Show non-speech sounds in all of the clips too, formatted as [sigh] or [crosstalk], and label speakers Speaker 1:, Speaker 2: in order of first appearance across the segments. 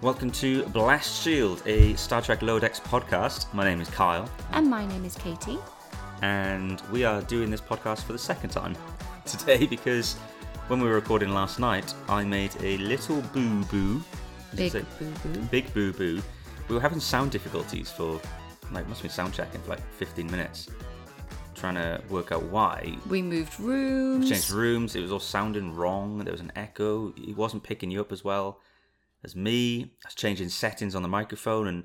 Speaker 1: Welcome to Blast Shield, a Star Trek Lodex podcast. My name is Kyle,
Speaker 2: And my name is Katie.
Speaker 1: and we are doing this podcast for the second time [laughs] today because when we were recording last night, I made a little boo boo.
Speaker 2: Big boo boo.
Speaker 1: Big boo boo. We were having sound difficulties for, like, must have been sound checking for like 15 minutes, trying to work out why.
Speaker 2: We moved
Speaker 1: We
Speaker 2: rooms.
Speaker 1: changed rooms, it was all sounding wrong, there was an echo, he wasn't picking you up as well as me. I was changing settings on the microphone and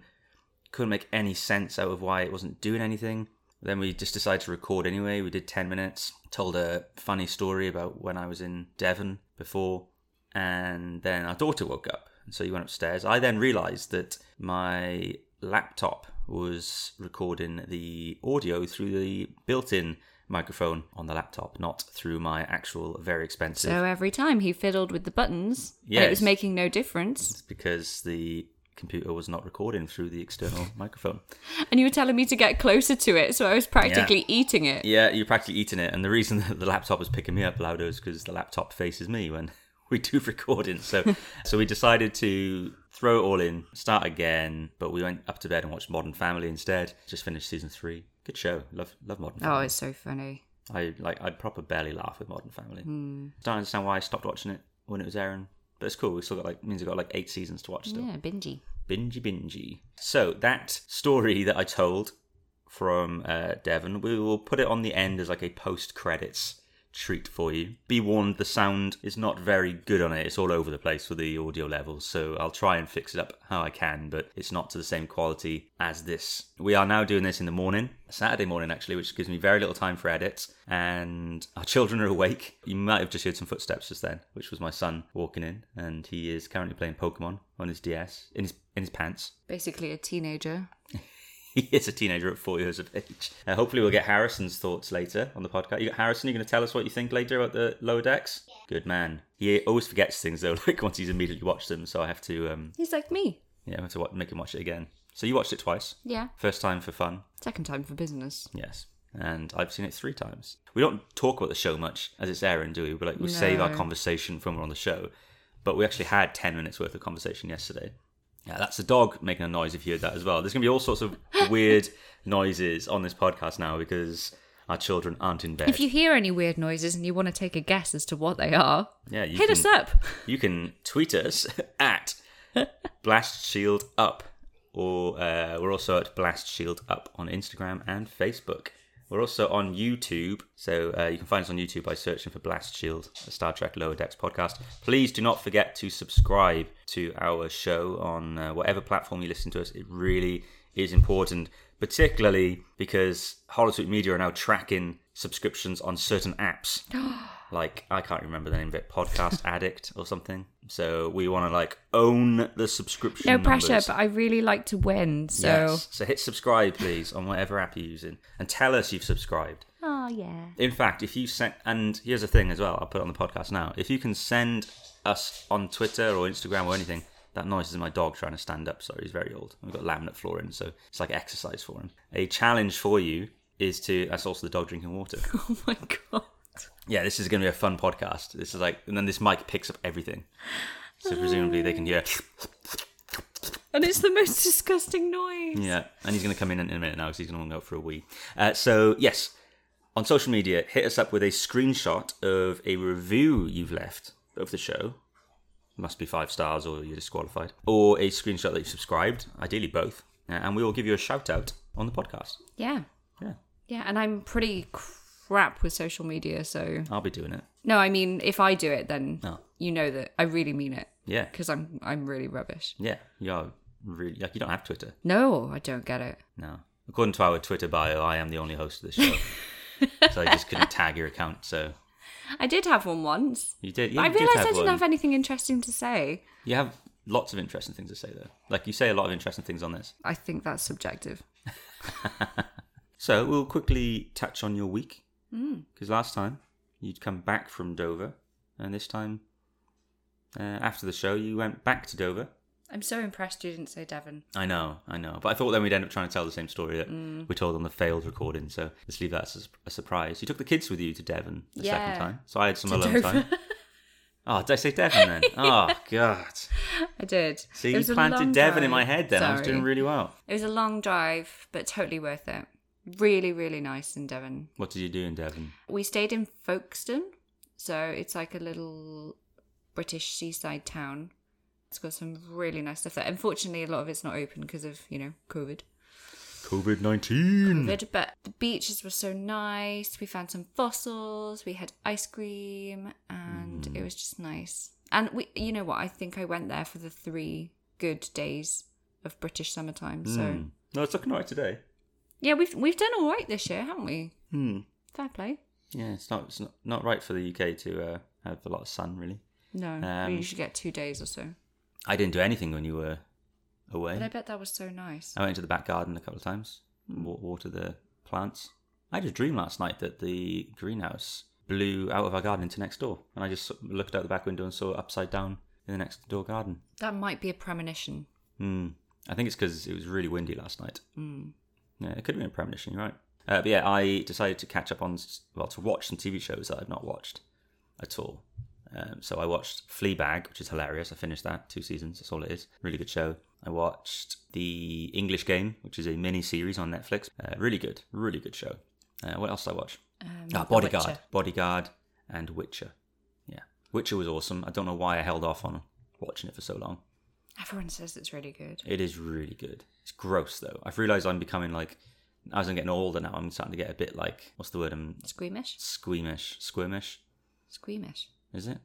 Speaker 1: couldn't make any sense out of why it wasn't doing anything. Then we just decided to record anyway. We did 10 minutes, told a funny story about when I was in Devon before, and then our daughter woke up. And so you went upstairs. I then realized that my laptop was recording the audio through the built in microphone on the laptop, not through my actual very expensive.
Speaker 2: So uh, every time he fiddled with the buttons, and it
Speaker 1: Yes.
Speaker 2: was making no difference.
Speaker 1: It's because the computer was not recording through the external microphone.
Speaker 2: And you were telling me to get closer to it, so I was practically eating it.
Speaker 1: Yeah, you're practically eating it. And the reason [laughs] that the laptop was picking me up louder is because the laptop faces me when [laughs] we do recording. So, so we decided to throw it all in, start again. But we went up to bed and watched Modern Family instead. Just finished season three. Good show. Love, love Modern.
Speaker 2: Oh,
Speaker 1: Family.
Speaker 2: it's so funny.
Speaker 1: I like. I'd proper barely laugh with Modern Family.
Speaker 2: Hmm.
Speaker 1: Don't understand why I stopped watching it when it was airing. But it's cool. We still got like means we got like eight seasons to watch still.
Speaker 2: Yeah, bingy.
Speaker 1: Bingy Bingy. So that story that I told from uh, Devon, we will put it on the end as like a post credits treat for you. Be warned, the sound is not very good on it. It's all over the place with the audio levels, so I'll try and fix it up how I can, but it's not to the same quality as this. We are now doing this in the morning, Saturday morning actually, which gives me very little time for edits, and our children are awake. You might have just heard some footsteps just then, which was my son walking in, and he is currently playing Pokemon on his DS in his in his pants.
Speaker 2: Basically a teenager.
Speaker 1: [laughs] He is a teenager at four years of age. Uh, hopefully, we'll get Harrison's thoughts later on the podcast. You got Harrison, you're going to tell us what you think later about the lower decks? Good man. He always forgets things, though, [laughs] like once he's immediately watched them, so I have to um,
Speaker 2: He's like me.
Speaker 1: yeah, I have to wa- make him watch it again. So, you watched it twice.
Speaker 2: Yeah.
Speaker 1: First time for fun,
Speaker 2: Second time for business.
Speaker 1: yes. And I've seen it three times. We don't talk about the show much as it's airing, do we? But like, we save our
Speaker 2: No.
Speaker 1: conversation from on the show. But we actually had 10 minutes worth of conversation yesterday. Yeah, that's the dog making a noise if you heard that as well. There's going to be all
Speaker 2: [laughs]
Speaker 1: sorts of weird noises on this podcast now because our children aren't in bed.
Speaker 2: If you hear any weird noises and you want to take a guess as to what they are,
Speaker 1: yeah, you
Speaker 2: hit
Speaker 1: can,
Speaker 2: us up.
Speaker 1: You can tweet us [laughs] at Blast Shield Up, or uh, we're also at Blast Shield Up on Instagram and Facebook. We're also on YouTube, so uh, you can find us on YouTube by searching for Blast Shield, a Star Trek Lower Decks podcast. Please do not forget to subscribe to our show on uh, whatever platform you listen to us. It really is important, particularly because Holosuite Media are now tracking subscriptions on certain apps like I can't remember the name of it,
Speaker 2: [laughs]
Speaker 1: Podcast Addict or something. So we want to like own the subscription.
Speaker 2: No pressure,
Speaker 1: numbers.
Speaker 2: but I really like to win, so.
Speaker 1: Yes. So hit subscribe, please, on whatever app you're using, and tell us you've subscribed.
Speaker 2: Oh, yeah.
Speaker 1: In fact, if you send, and here's the thing as well, I'll put it on the podcast now. If you can send us on Twitter or Instagram or anything, that noise is my dog trying to stand up. Sorry, he's very old. We've got laminate flooring, so it's like exercise for him. A challenge for you is to. That's also the dog drinking
Speaker 2: [laughs]
Speaker 1: water.
Speaker 2: [laughs] Oh, my God.
Speaker 1: Yeah, this is going to be a fun podcast. This is like, and then this mic picks up everything. So presumably they can hear. [laughs]
Speaker 2: And it's the most disgusting noise.
Speaker 1: Yeah, and he's going to come in in a minute now because he's going to go for a wee. Uh, so yes, on social media, hit us up with a screenshot of a review you've left of the show. Must be five stars or you're disqualified, or a screenshot that you've subscribed. Ideally both, Uh, and we will give you a shout out on the podcast.
Speaker 2: Yeah.
Speaker 1: Yeah,
Speaker 2: Yeah, and I'm pretty crap with social media, so
Speaker 1: I'll be doing it.
Speaker 2: no, I mean, if I do it, then
Speaker 1: Oh.
Speaker 2: you know that I really mean it
Speaker 1: Yeah,
Speaker 2: because I'm I'm really rubbish.
Speaker 1: yeah, you're really like you don't have Twitter.
Speaker 2: No, I don't get it.
Speaker 1: No. According to our Twitter bio, I am the only host of this show. so I just couldn't tag your account. So
Speaker 2: I did have one once.
Speaker 1: you did.
Speaker 2: but
Speaker 1: Yeah,
Speaker 2: I
Speaker 1: you did
Speaker 2: realised I
Speaker 1: have
Speaker 2: didn't
Speaker 1: one.
Speaker 2: have anything interesting to say.
Speaker 1: You have Lots of interesting things to say though. Like you say a lot of interesting things on this.
Speaker 2: I think that's subjective.
Speaker 1: So we'll quickly touch on your week
Speaker 2: Hmm.
Speaker 1: because last time you'd come back from Dover, and this time uh, after the show you went back to Dover.
Speaker 2: I'm so impressed you didn't say Devon.
Speaker 1: I know, I know, but I thought then we'd end up trying to tell the same story that
Speaker 2: Mm.
Speaker 1: we told on the failed recording. So let's leave that as a su- a surprise. You took the kids with you to Devon the
Speaker 2: Yeah.
Speaker 1: second time, so I had some
Speaker 2: To
Speaker 1: alone
Speaker 2: Dover.
Speaker 1: time.
Speaker 2: [laughs]
Speaker 1: Oh, did I say Devon then? oh God!
Speaker 2: I did.
Speaker 1: See,
Speaker 2: It was
Speaker 1: you
Speaker 2: a long
Speaker 1: planted Devon
Speaker 2: drive.
Speaker 1: in my head. Then I was
Speaker 2: Sorry.
Speaker 1: doing really well.
Speaker 2: It was a long drive, but totally worth it. Really, really nice in Devon.
Speaker 1: What did you do in Devon?
Speaker 2: We stayed in Folkestone, so it's like a little British seaside town. It's got some really nice stuff there. Unfortunately, a lot of it's not open because of you know COVID.
Speaker 1: COVID nineteen.
Speaker 2: COVID, but the beaches were so nice. We found some fossils. We had ice cream, and it was just nice. And we, you know what? I think I went there for the three good days of British summertime. So
Speaker 1: Hmm. No, it's looking alright today.
Speaker 2: yeah, we've we've done all right this year, haven't we?
Speaker 1: Hmm.
Speaker 2: Fair play.
Speaker 1: Yeah, it's not it's not, not right for the UK to uh, have a lot of sun really.
Speaker 2: No,
Speaker 1: Um,
Speaker 2: we should get two days or so.
Speaker 1: I didn't do anything when you were away.
Speaker 2: But I bet that was so nice.
Speaker 1: I went into the back garden a couple of times, wa- water the plants. I had a dream last night that the greenhouse blew out of our garden into next door, and I just sort of looked out the back window and saw it upside down in the next door garden.
Speaker 2: That might be a premonition.
Speaker 1: Mm. I think it's because it was really windy last night.
Speaker 2: Mm. Um,
Speaker 1: Yeah, it could have been a premonition, you're right. Uh, but yeah, I decided to catch up on, s- well, to watch some TV shows that I've not watched at all. Um, so I watched Fleabag, which is hilarious. I finished that, two seasons, that's all it is. Really good show. I watched The English Game, which is a mini series on Netflix. Uh, really good, really good show. Uh, what else did I watch?
Speaker 2: Um,
Speaker 1: Ah,
Speaker 2: The
Speaker 1: Bodyguard.
Speaker 2: Witcher.
Speaker 1: Bodyguard and Witcher. Yeah. Witcher was awesome. I don't know why I held off on watching it for so long.
Speaker 2: Everyone says it's really good.
Speaker 1: It is really good. It's gross though. I've realised I'm becoming like as I'm getting older now, I'm starting to get a bit like what's the word? I'm
Speaker 2: Squeamish?
Speaker 1: squeamish, squirmish.
Speaker 2: Squeamish.
Speaker 1: Is it?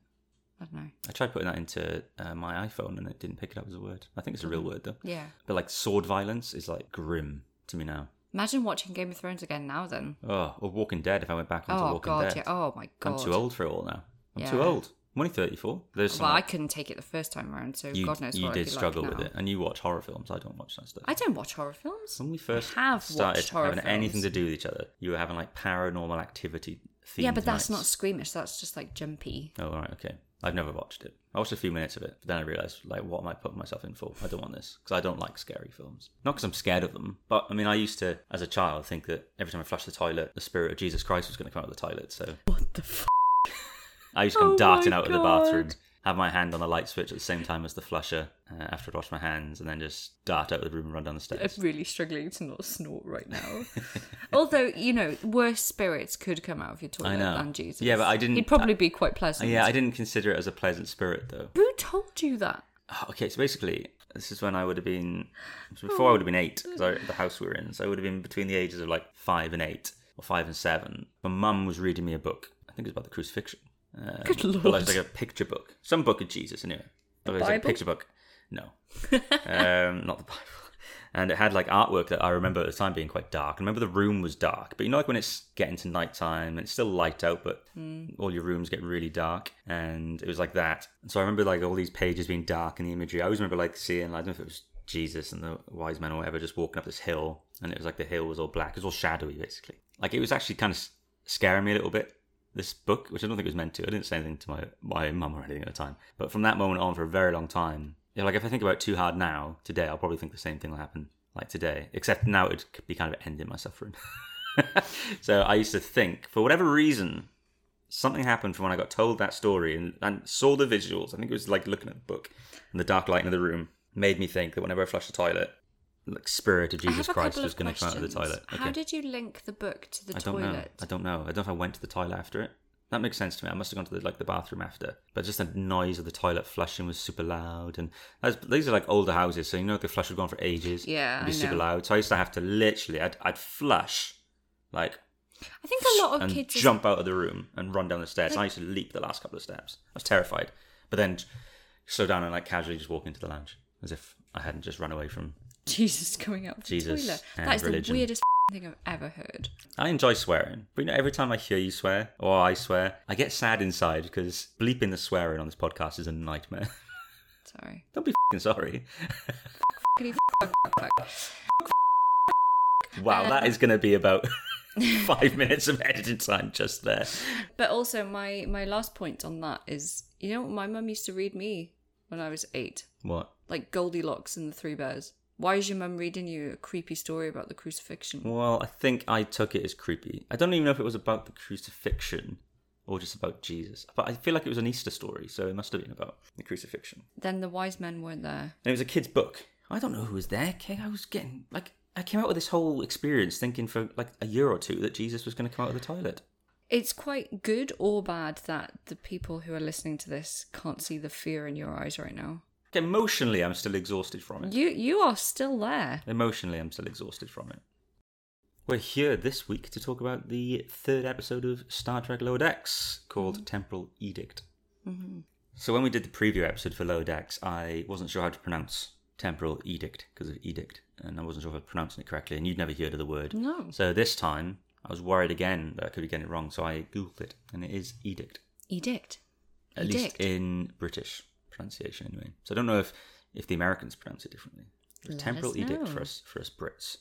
Speaker 2: I don't know.
Speaker 1: I tried putting that into uh, my iPhone and it didn't pick it up as a word. I think it's a
Speaker 2: Mm-hmm.
Speaker 1: real word though.
Speaker 2: Yeah.
Speaker 1: But like sword violence is like grim to me now.
Speaker 2: Imagine watching Game of Thrones again now then.
Speaker 1: Oh, or Walking Dead. If I went back onto
Speaker 2: oh
Speaker 1: Walking
Speaker 2: god,
Speaker 1: Dead,
Speaker 2: yeah. Oh my god.
Speaker 1: I'm too old for it all now. I'm too
Speaker 2: Yeah.
Speaker 1: old. I'm only 34. There's some,
Speaker 2: Well, I
Speaker 1: like-
Speaker 2: couldn't take it the first time around, so
Speaker 1: you,
Speaker 2: God knows
Speaker 1: you
Speaker 2: what I'd
Speaker 1: did
Speaker 2: be
Speaker 1: struggle
Speaker 2: like
Speaker 1: with
Speaker 2: now.
Speaker 1: it, and you watch horror films. I don't watch that stuff.
Speaker 2: I don't watch horror films.
Speaker 1: When we first
Speaker 2: have
Speaker 1: started
Speaker 2: watched horror
Speaker 1: having anything
Speaker 2: films.
Speaker 1: to do with each other, you were having like paranormal activity themed
Speaker 2: Yeah, but that's not
Speaker 1: nights.
Speaker 2: squeamish. That's just like jumpy.
Speaker 1: Oh, all right, okay. I've never watched it. I watched a few minutes of it, but then I realised, like, what am I putting myself in for? I don't want this because I don't like scary films. Not because I'm scared of them, but I mean, I used to, as a child, think that every time I flushed the toilet, the spirit of Jesus Christ was going to come out of the toilet. So
Speaker 2: What the f?
Speaker 1: I used to come
Speaker 2: Oh
Speaker 1: darting
Speaker 2: my
Speaker 1: out of the
Speaker 2: God.
Speaker 1: bathroom, have my hand on the light switch at the same time as the flusher uh, after I'd washed my hands, and then just dart out of the room and run down the
Speaker 2: I'm
Speaker 1: stairs.
Speaker 2: really struggling to not snort
Speaker 1: [laughs]
Speaker 2: right now. Although, you know, worse spirits could come out of your toilet
Speaker 1: I know.
Speaker 2: than Jesus.
Speaker 1: Yeah, but I didn't-
Speaker 2: He'd probably be quite pleasant.
Speaker 1: yeah, I didn't consider it as a pleasant spirit though. [sighs]
Speaker 2: Who told you that?
Speaker 1: Okay, so basically, this is when I would have been so before I would have been eight because the house we were in. So I would have been between the ages of like five and eight or five and seven. My mum was reading me a book. I think it was about the crucifixion. Um,
Speaker 2: Good
Speaker 1: But like,
Speaker 2: lord.
Speaker 1: like a picture book, some book of Jesus. Anyway, the Oh, it was like a
Speaker 2: Bible?
Speaker 1: picture book. No, um, not the Bible. And it had like artwork that I remember at the time being quite dark. I remember the room was dark, but you know, like when it's getting to nighttime and it's still light out, but all your rooms get really dark. And it was like that. And so I remember like all these pages being dark and the imagery. I always remember like seeing, I don't know if it was Jesus and the wise men or whatever, just walking up this hill. And it was like the hill was all black, it was all shadowy basically. Like it was actually kind of s- scaring me a little bit this book, which I don't think it was meant to. I didn't say anything to my my mum or anything at the time. But from that moment on, for a very long time, yeah, like if I think about it too hard now, today, I'll probably think the same thing will happen like today. Except now it'd be kind of ending my suffering. [laughs] so I used to think, for whatever reason, something happened from when I got told that story and, and saw the visuals. I think it was like looking at the book and the dark light in the room made me think that whenever I flushed the toilet, like spirit of
Speaker 2: I have
Speaker 1: Jesus
Speaker 2: a
Speaker 1: Christ
Speaker 2: couple
Speaker 1: was
Speaker 2: of
Speaker 1: going to come out of the
Speaker 2: questions.
Speaker 1: toilet.
Speaker 2: How did you link the book to the
Speaker 1: I don't
Speaker 2: toilet?
Speaker 1: know. I don't know. I don't know if I went to the toilet after it. That makes sense to me. I must have gone to the, like the bathroom after, but just the noise of the toilet flushing was super loud, and that's, these are like older houses, so you know the flush had gone for ages.
Speaker 2: Yeah,
Speaker 1: it'd be
Speaker 2: I
Speaker 1: super
Speaker 2: know.
Speaker 1: loud. So I used to have to literally, I'd, I'd flush, like,
Speaker 2: I think a lot of
Speaker 1: and
Speaker 2: kids
Speaker 1: jump out of the room and run down the stairs. And I used to leap the last couple of steps. I was terrified, but then j- slow down and like casually just walk into the lounge as if I hadn't just run away from
Speaker 2: [laughs] Jesus coming out of
Speaker 1: Jesus
Speaker 2: the toilet.
Speaker 1: and
Speaker 2: That is
Speaker 1: religion.
Speaker 2: the weirdest [laughs] thing I've ever heard.
Speaker 1: I enjoy swearing, but you know, every time I hear you swear or I swear, I get sad inside because bleeping the swearing on this podcast is a nightmare. [laughs]
Speaker 2: It's Sorry.
Speaker 1: Don't be fing sorry.
Speaker 2: Fuckity fuck, fuck, fuck.
Speaker 1: Wow, that is going to be about [laughs] five minutes of editing time just there.
Speaker 2: [laughs] But also, my my last point on that is, you know, what my mum used to read me when I was eight,
Speaker 1: What?
Speaker 2: like Goldilocks and the Three Bears. Why is your mum reading you a creepy story about the crucifixion?
Speaker 1: Well, I think I took it as creepy. I don't even know if it was about the crucifixion or just about Jesus, but I feel like it was an Easter story, so it must have been about the crucifixion.
Speaker 2: Then the wise men weren't there.
Speaker 1: And it was a kid's book. I don't know who was there. okay? I was getting like I came out of this whole experience thinking for like a year or two that Jesus was going to come out of the toilet.
Speaker 2: It's quite good or bad that the people who are listening to this can't see the fear in your eyes right now.
Speaker 1: Emotionally, I'm still exhausted from it.
Speaker 2: You you are still there.
Speaker 1: Emotionally, I'm still exhausted from it. We're here this week to talk about the third episode of Star Trek Lower Decks called
Speaker 2: Mm.
Speaker 1: Temporal Edict. Mm-hmm.
Speaker 2: hmm
Speaker 1: So when we did the preview episode for Lower Decks, I wasn't sure how to pronounce Temporal Edict because of Edict, and I wasn't sure if I was pronouncing it correctly, and you'd never heard of the word.
Speaker 2: No.
Speaker 1: So this time, I was worried again that I could be getting it wrong, so I googled it, and it is edict,
Speaker 2: Edict.
Speaker 1: at least
Speaker 2: Edict.
Speaker 1: in British pronunciation anyway. So I don't know if, if the Americans pronounce it differently. It's
Speaker 2: Let
Speaker 1: temporal
Speaker 2: us
Speaker 1: edict
Speaker 2: know.
Speaker 1: for us for us Brits.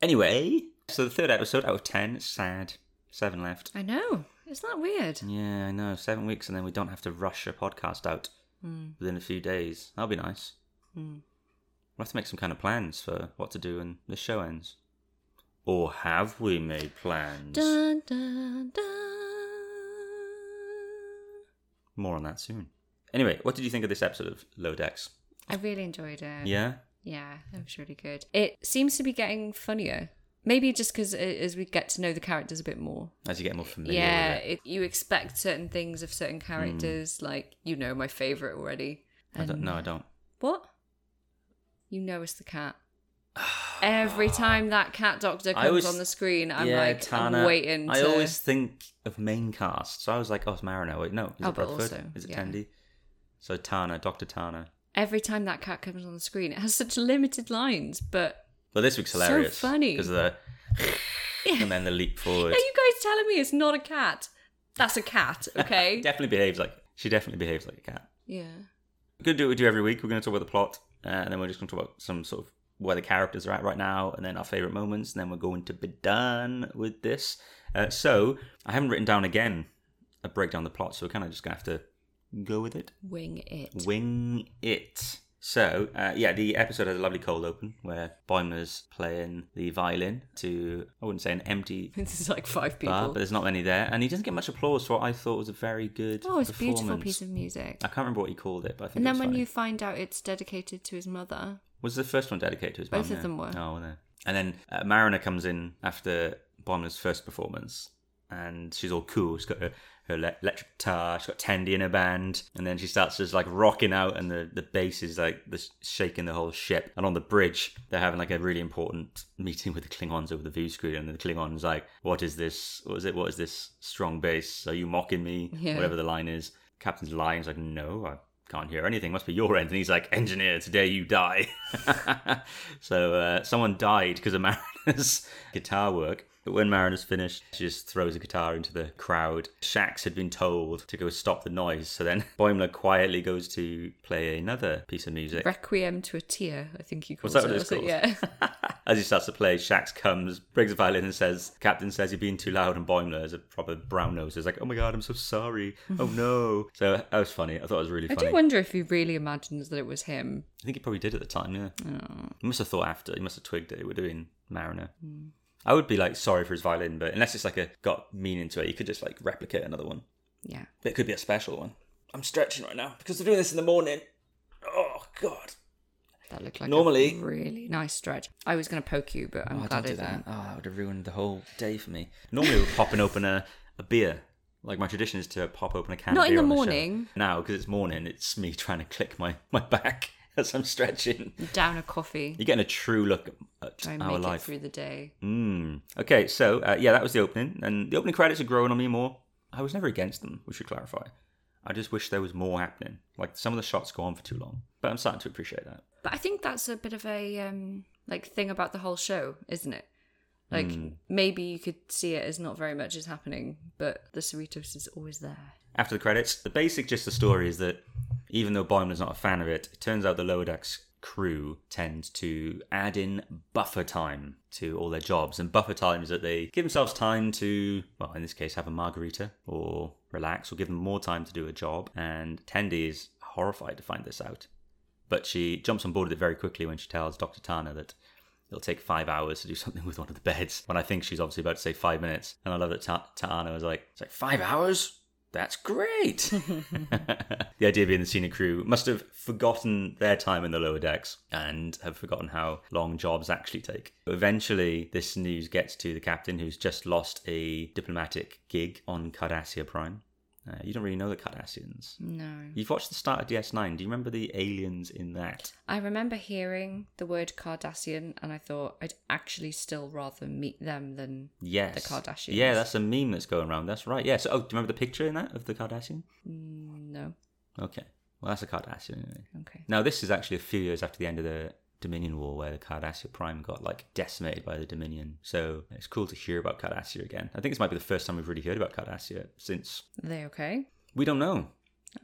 Speaker 1: Anyway, so the third episode out of ten, sad, seven left.
Speaker 2: I know. Isn't that weird?
Speaker 1: Yeah, I know, seven weeks, and then we don't have to rush a podcast out
Speaker 2: Mm.
Speaker 1: within a few days. That'll be nice.
Speaker 2: Mm.
Speaker 1: We'll have to make some kind of plans for what to do when the show ends. Or have we made plans?
Speaker 2: Dun, dun, dun.
Speaker 1: More on that soon. Anyway, what did you think of this episode of Low Decks?
Speaker 2: I really enjoyed it.
Speaker 1: Yeah?
Speaker 2: Yeah, that was really good. It seems to be getting funnier. Maybe just because as we get to know the characters a bit more.
Speaker 1: As you get more familiar
Speaker 2: yeah,
Speaker 1: with it.
Speaker 2: it, you expect certain things of certain characters. Like, you know my favourite already.
Speaker 1: I don't,
Speaker 2: And-
Speaker 1: no, I don't.
Speaker 2: What? You know it's the cat. Every time that cat doctor
Speaker 1: I
Speaker 2: comes
Speaker 1: always-
Speaker 2: on the screen, I'm
Speaker 1: yeah,
Speaker 2: like,
Speaker 1: Tana,
Speaker 2: I'm waiting.
Speaker 1: I
Speaker 2: to-
Speaker 1: always think of main cast. So I was like, oh, it's Mariner. Wait, no. Is
Speaker 2: Oh,
Speaker 1: it
Speaker 2: but
Speaker 1: Bradford?
Speaker 2: also,
Speaker 1: is it
Speaker 2: yeah.
Speaker 1: Tandy? So Tana, Dr. Tana.
Speaker 2: Every time that cat comes on the screen, it has such limited lines, but
Speaker 1: Well, this week's
Speaker 2: So
Speaker 1: hilarious.
Speaker 2: funny.
Speaker 1: Because of
Speaker 2: [laughs]
Speaker 1: the. and then the leap
Speaker 2: are
Speaker 1: forward.
Speaker 2: you guys telling me it's not a cat? That's
Speaker 1: [laughs]
Speaker 2: a cat, okay?
Speaker 1: definitely behaves like. She definitely behaves like a cat.
Speaker 2: yeah.
Speaker 1: We're going to do what we do every week. We're going to talk about the plot. Uh, and then we're just going to talk about some sort of where the characters are at right now and then our favorite moments. And then we're going to be done with this. Uh, so I haven't written down again a breakdown of the plot. So we're kind of just going to have to go with it.
Speaker 2: Wing it.
Speaker 1: Wing it. So, uh, yeah, the episode has a lovely cold open where Boimer's playing the violin to, I wouldn't say an empty
Speaker 2: This is like five
Speaker 1: bar,
Speaker 2: people.
Speaker 1: but there's not many there. And he doesn't get much applause for what I thought was a very good
Speaker 2: oh, it's a beautiful
Speaker 1: performance.
Speaker 2: piece of music.
Speaker 1: I can't remember what he called it, but I think it
Speaker 2: And then
Speaker 1: was
Speaker 2: when
Speaker 1: funny.
Speaker 2: you find out it's dedicated to his mother,
Speaker 1: Was the first one dedicated to his
Speaker 2: Both
Speaker 1: mum,
Speaker 2: of
Speaker 1: yeah?
Speaker 2: them were.
Speaker 1: Oh, were they? And then uh, Mariner comes in after Bomber's first performance, and she's all cool. She's got her, her le- electric guitar, she's got Tandy in her band, and then she starts just like rocking out, and the, the bass is like this shaking the whole ship. And on the bridge, they're having like a really important meeting with the Klingons over the view screen, and the Klingon's like, What is this? What is it? What is this strong bass? Are you mocking me?
Speaker 2: Yeah.
Speaker 1: Whatever the line is. Captain's lying. He's like, no, I can't hear anything. Must be your end. And he's like, engineer, today you die. [laughs] so uh, someone died because of Mariner's [laughs] guitar work. But when Mariner's finished, she just throws a guitar into the crowd. Shax had been told to go stop the noise. So then [laughs] Boimler quietly goes to play another piece of music.
Speaker 2: Requiem to a Tear, I think you
Speaker 1: Was
Speaker 2: called
Speaker 1: that
Speaker 2: it.
Speaker 1: what it's
Speaker 2: wasn't
Speaker 1: called?
Speaker 2: it? Yeah.
Speaker 1: As he starts to play, Shax comes, breaks the violin, and says, Captain says you're being too loud. And Boimler is a proper brown nose. Is like, oh my God, I'm so sorry. Oh no. So that was funny. I thought it was really
Speaker 2: I
Speaker 1: funny.
Speaker 2: do wonder if he really imagines that it was him.
Speaker 1: I think he probably did at the time, yeah. He must have thought after. He must have twigged that we were doing Mariner.
Speaker 2: Hmm.
Speaker 1: I would be like sorry for his violin, but unless it's like a got meaning to it, you could just like replicate another one.
Speaker 2: Yeah.
Speaker 1: But it could be a special one. I'm stretching right now because they're doing this in the morning. Oh God!
Speaker 2: That looked like
Speaker 1: Normally-
Speaker 2: a really nice stretch. I was going to poke you, but I'm
Speaker 1: oh,
Speaker 2: glad
Speaker 1: don't do
Speaker 2: I
Speaker 1: that.
Speaker 2: didn't.
Speaker 1: Oh, that would have ruined the whole day for me. Normally, we're popping open a, a beer. Like my tradition is to pop open a can. of
Speaker 2: Not in
Speaker 1: beer on
Speaker 2: the
Speaker 1: show.
Speaker 2: morning.
Speaker 1: now because it's morning. It's me [laughs] trying to click my my back [laughs] as I'm stretching.
Speaker 2: Down a coffee.
Speaker 1: You're getting a true look at
Speaker 2: Try and
Speaker 1: our
Speaker 2: make
Speaker 1: life.
Speaker 2: it through the day.
Speaker 1: Mm. Okay, so uh, yeah, that was the opening, and the opening credits are growing on me more. I was never against them. We should clarify. I just wish there was more happening. Like some of the shots go on for too long, but I'm starting to appreciate that.
Speaker 2: But I think that's a bit of a um, like thing about the whole show, isn't it? Like
Speaker 1: Hmm.
Speaker 2: maybe you could see it as not very much is happening, but the Cerritos is always there.
Speaker 1: After the credits, the basic gist of the story is that Even though Boimler's not a fan of it, it turns out the Lower Decks crew tend to add in buffer time to all their jobs. And buffer time is that they give themselves time to, well, in this case, have a margarita or relax or give them more time to do a job. And Tendy is horrified to find this out. But she jumps on board with it very quickly when she tells Dr. Tana that it'll take five hours to do [laughs] something with one of the beds. When I think she's obviously about to say five minutes. And I love that Ta- Tana was like, it's like five hours? That's great. [laughs] the idea being the senior crew must have forgotten their time in the lower decks and have forgotten how long jobs actually take. Eventually, this news gets to the captain who's just lost a diplomatic gig on Cardassia Prime. Uh, you don't really know the Cardassians.
Speaker 2: No.
Speaker 1: You've watched the start of DS9. Do you remember the aliens in that?
Speaker 2: I remember hearing the word Cardassian and I thought I'd actually still rather meet them than
Speaker 1: Yes.
Speaker 2: the Kardashians.
Speaker 1: Yeah, that's a meme that's going around. That's right. Yeah. So, oh, do you remember the picture in that of the Kardashian?
Speaker 2: Mm, no.
Speaker 1: Okay. Well, that's a Cardassian anyway.
Speaker 2: Okay.
Speaker 1: Now, this is actually a few years after the end of the Dominion War, where the Cardassia Prime got like decimated by the Dominion. So it's cool to hear about Cardassia again. I think this might be the first time we've really heard about Cardassia since
Speaker 2: Are they okay?
Speaker 1: we don't know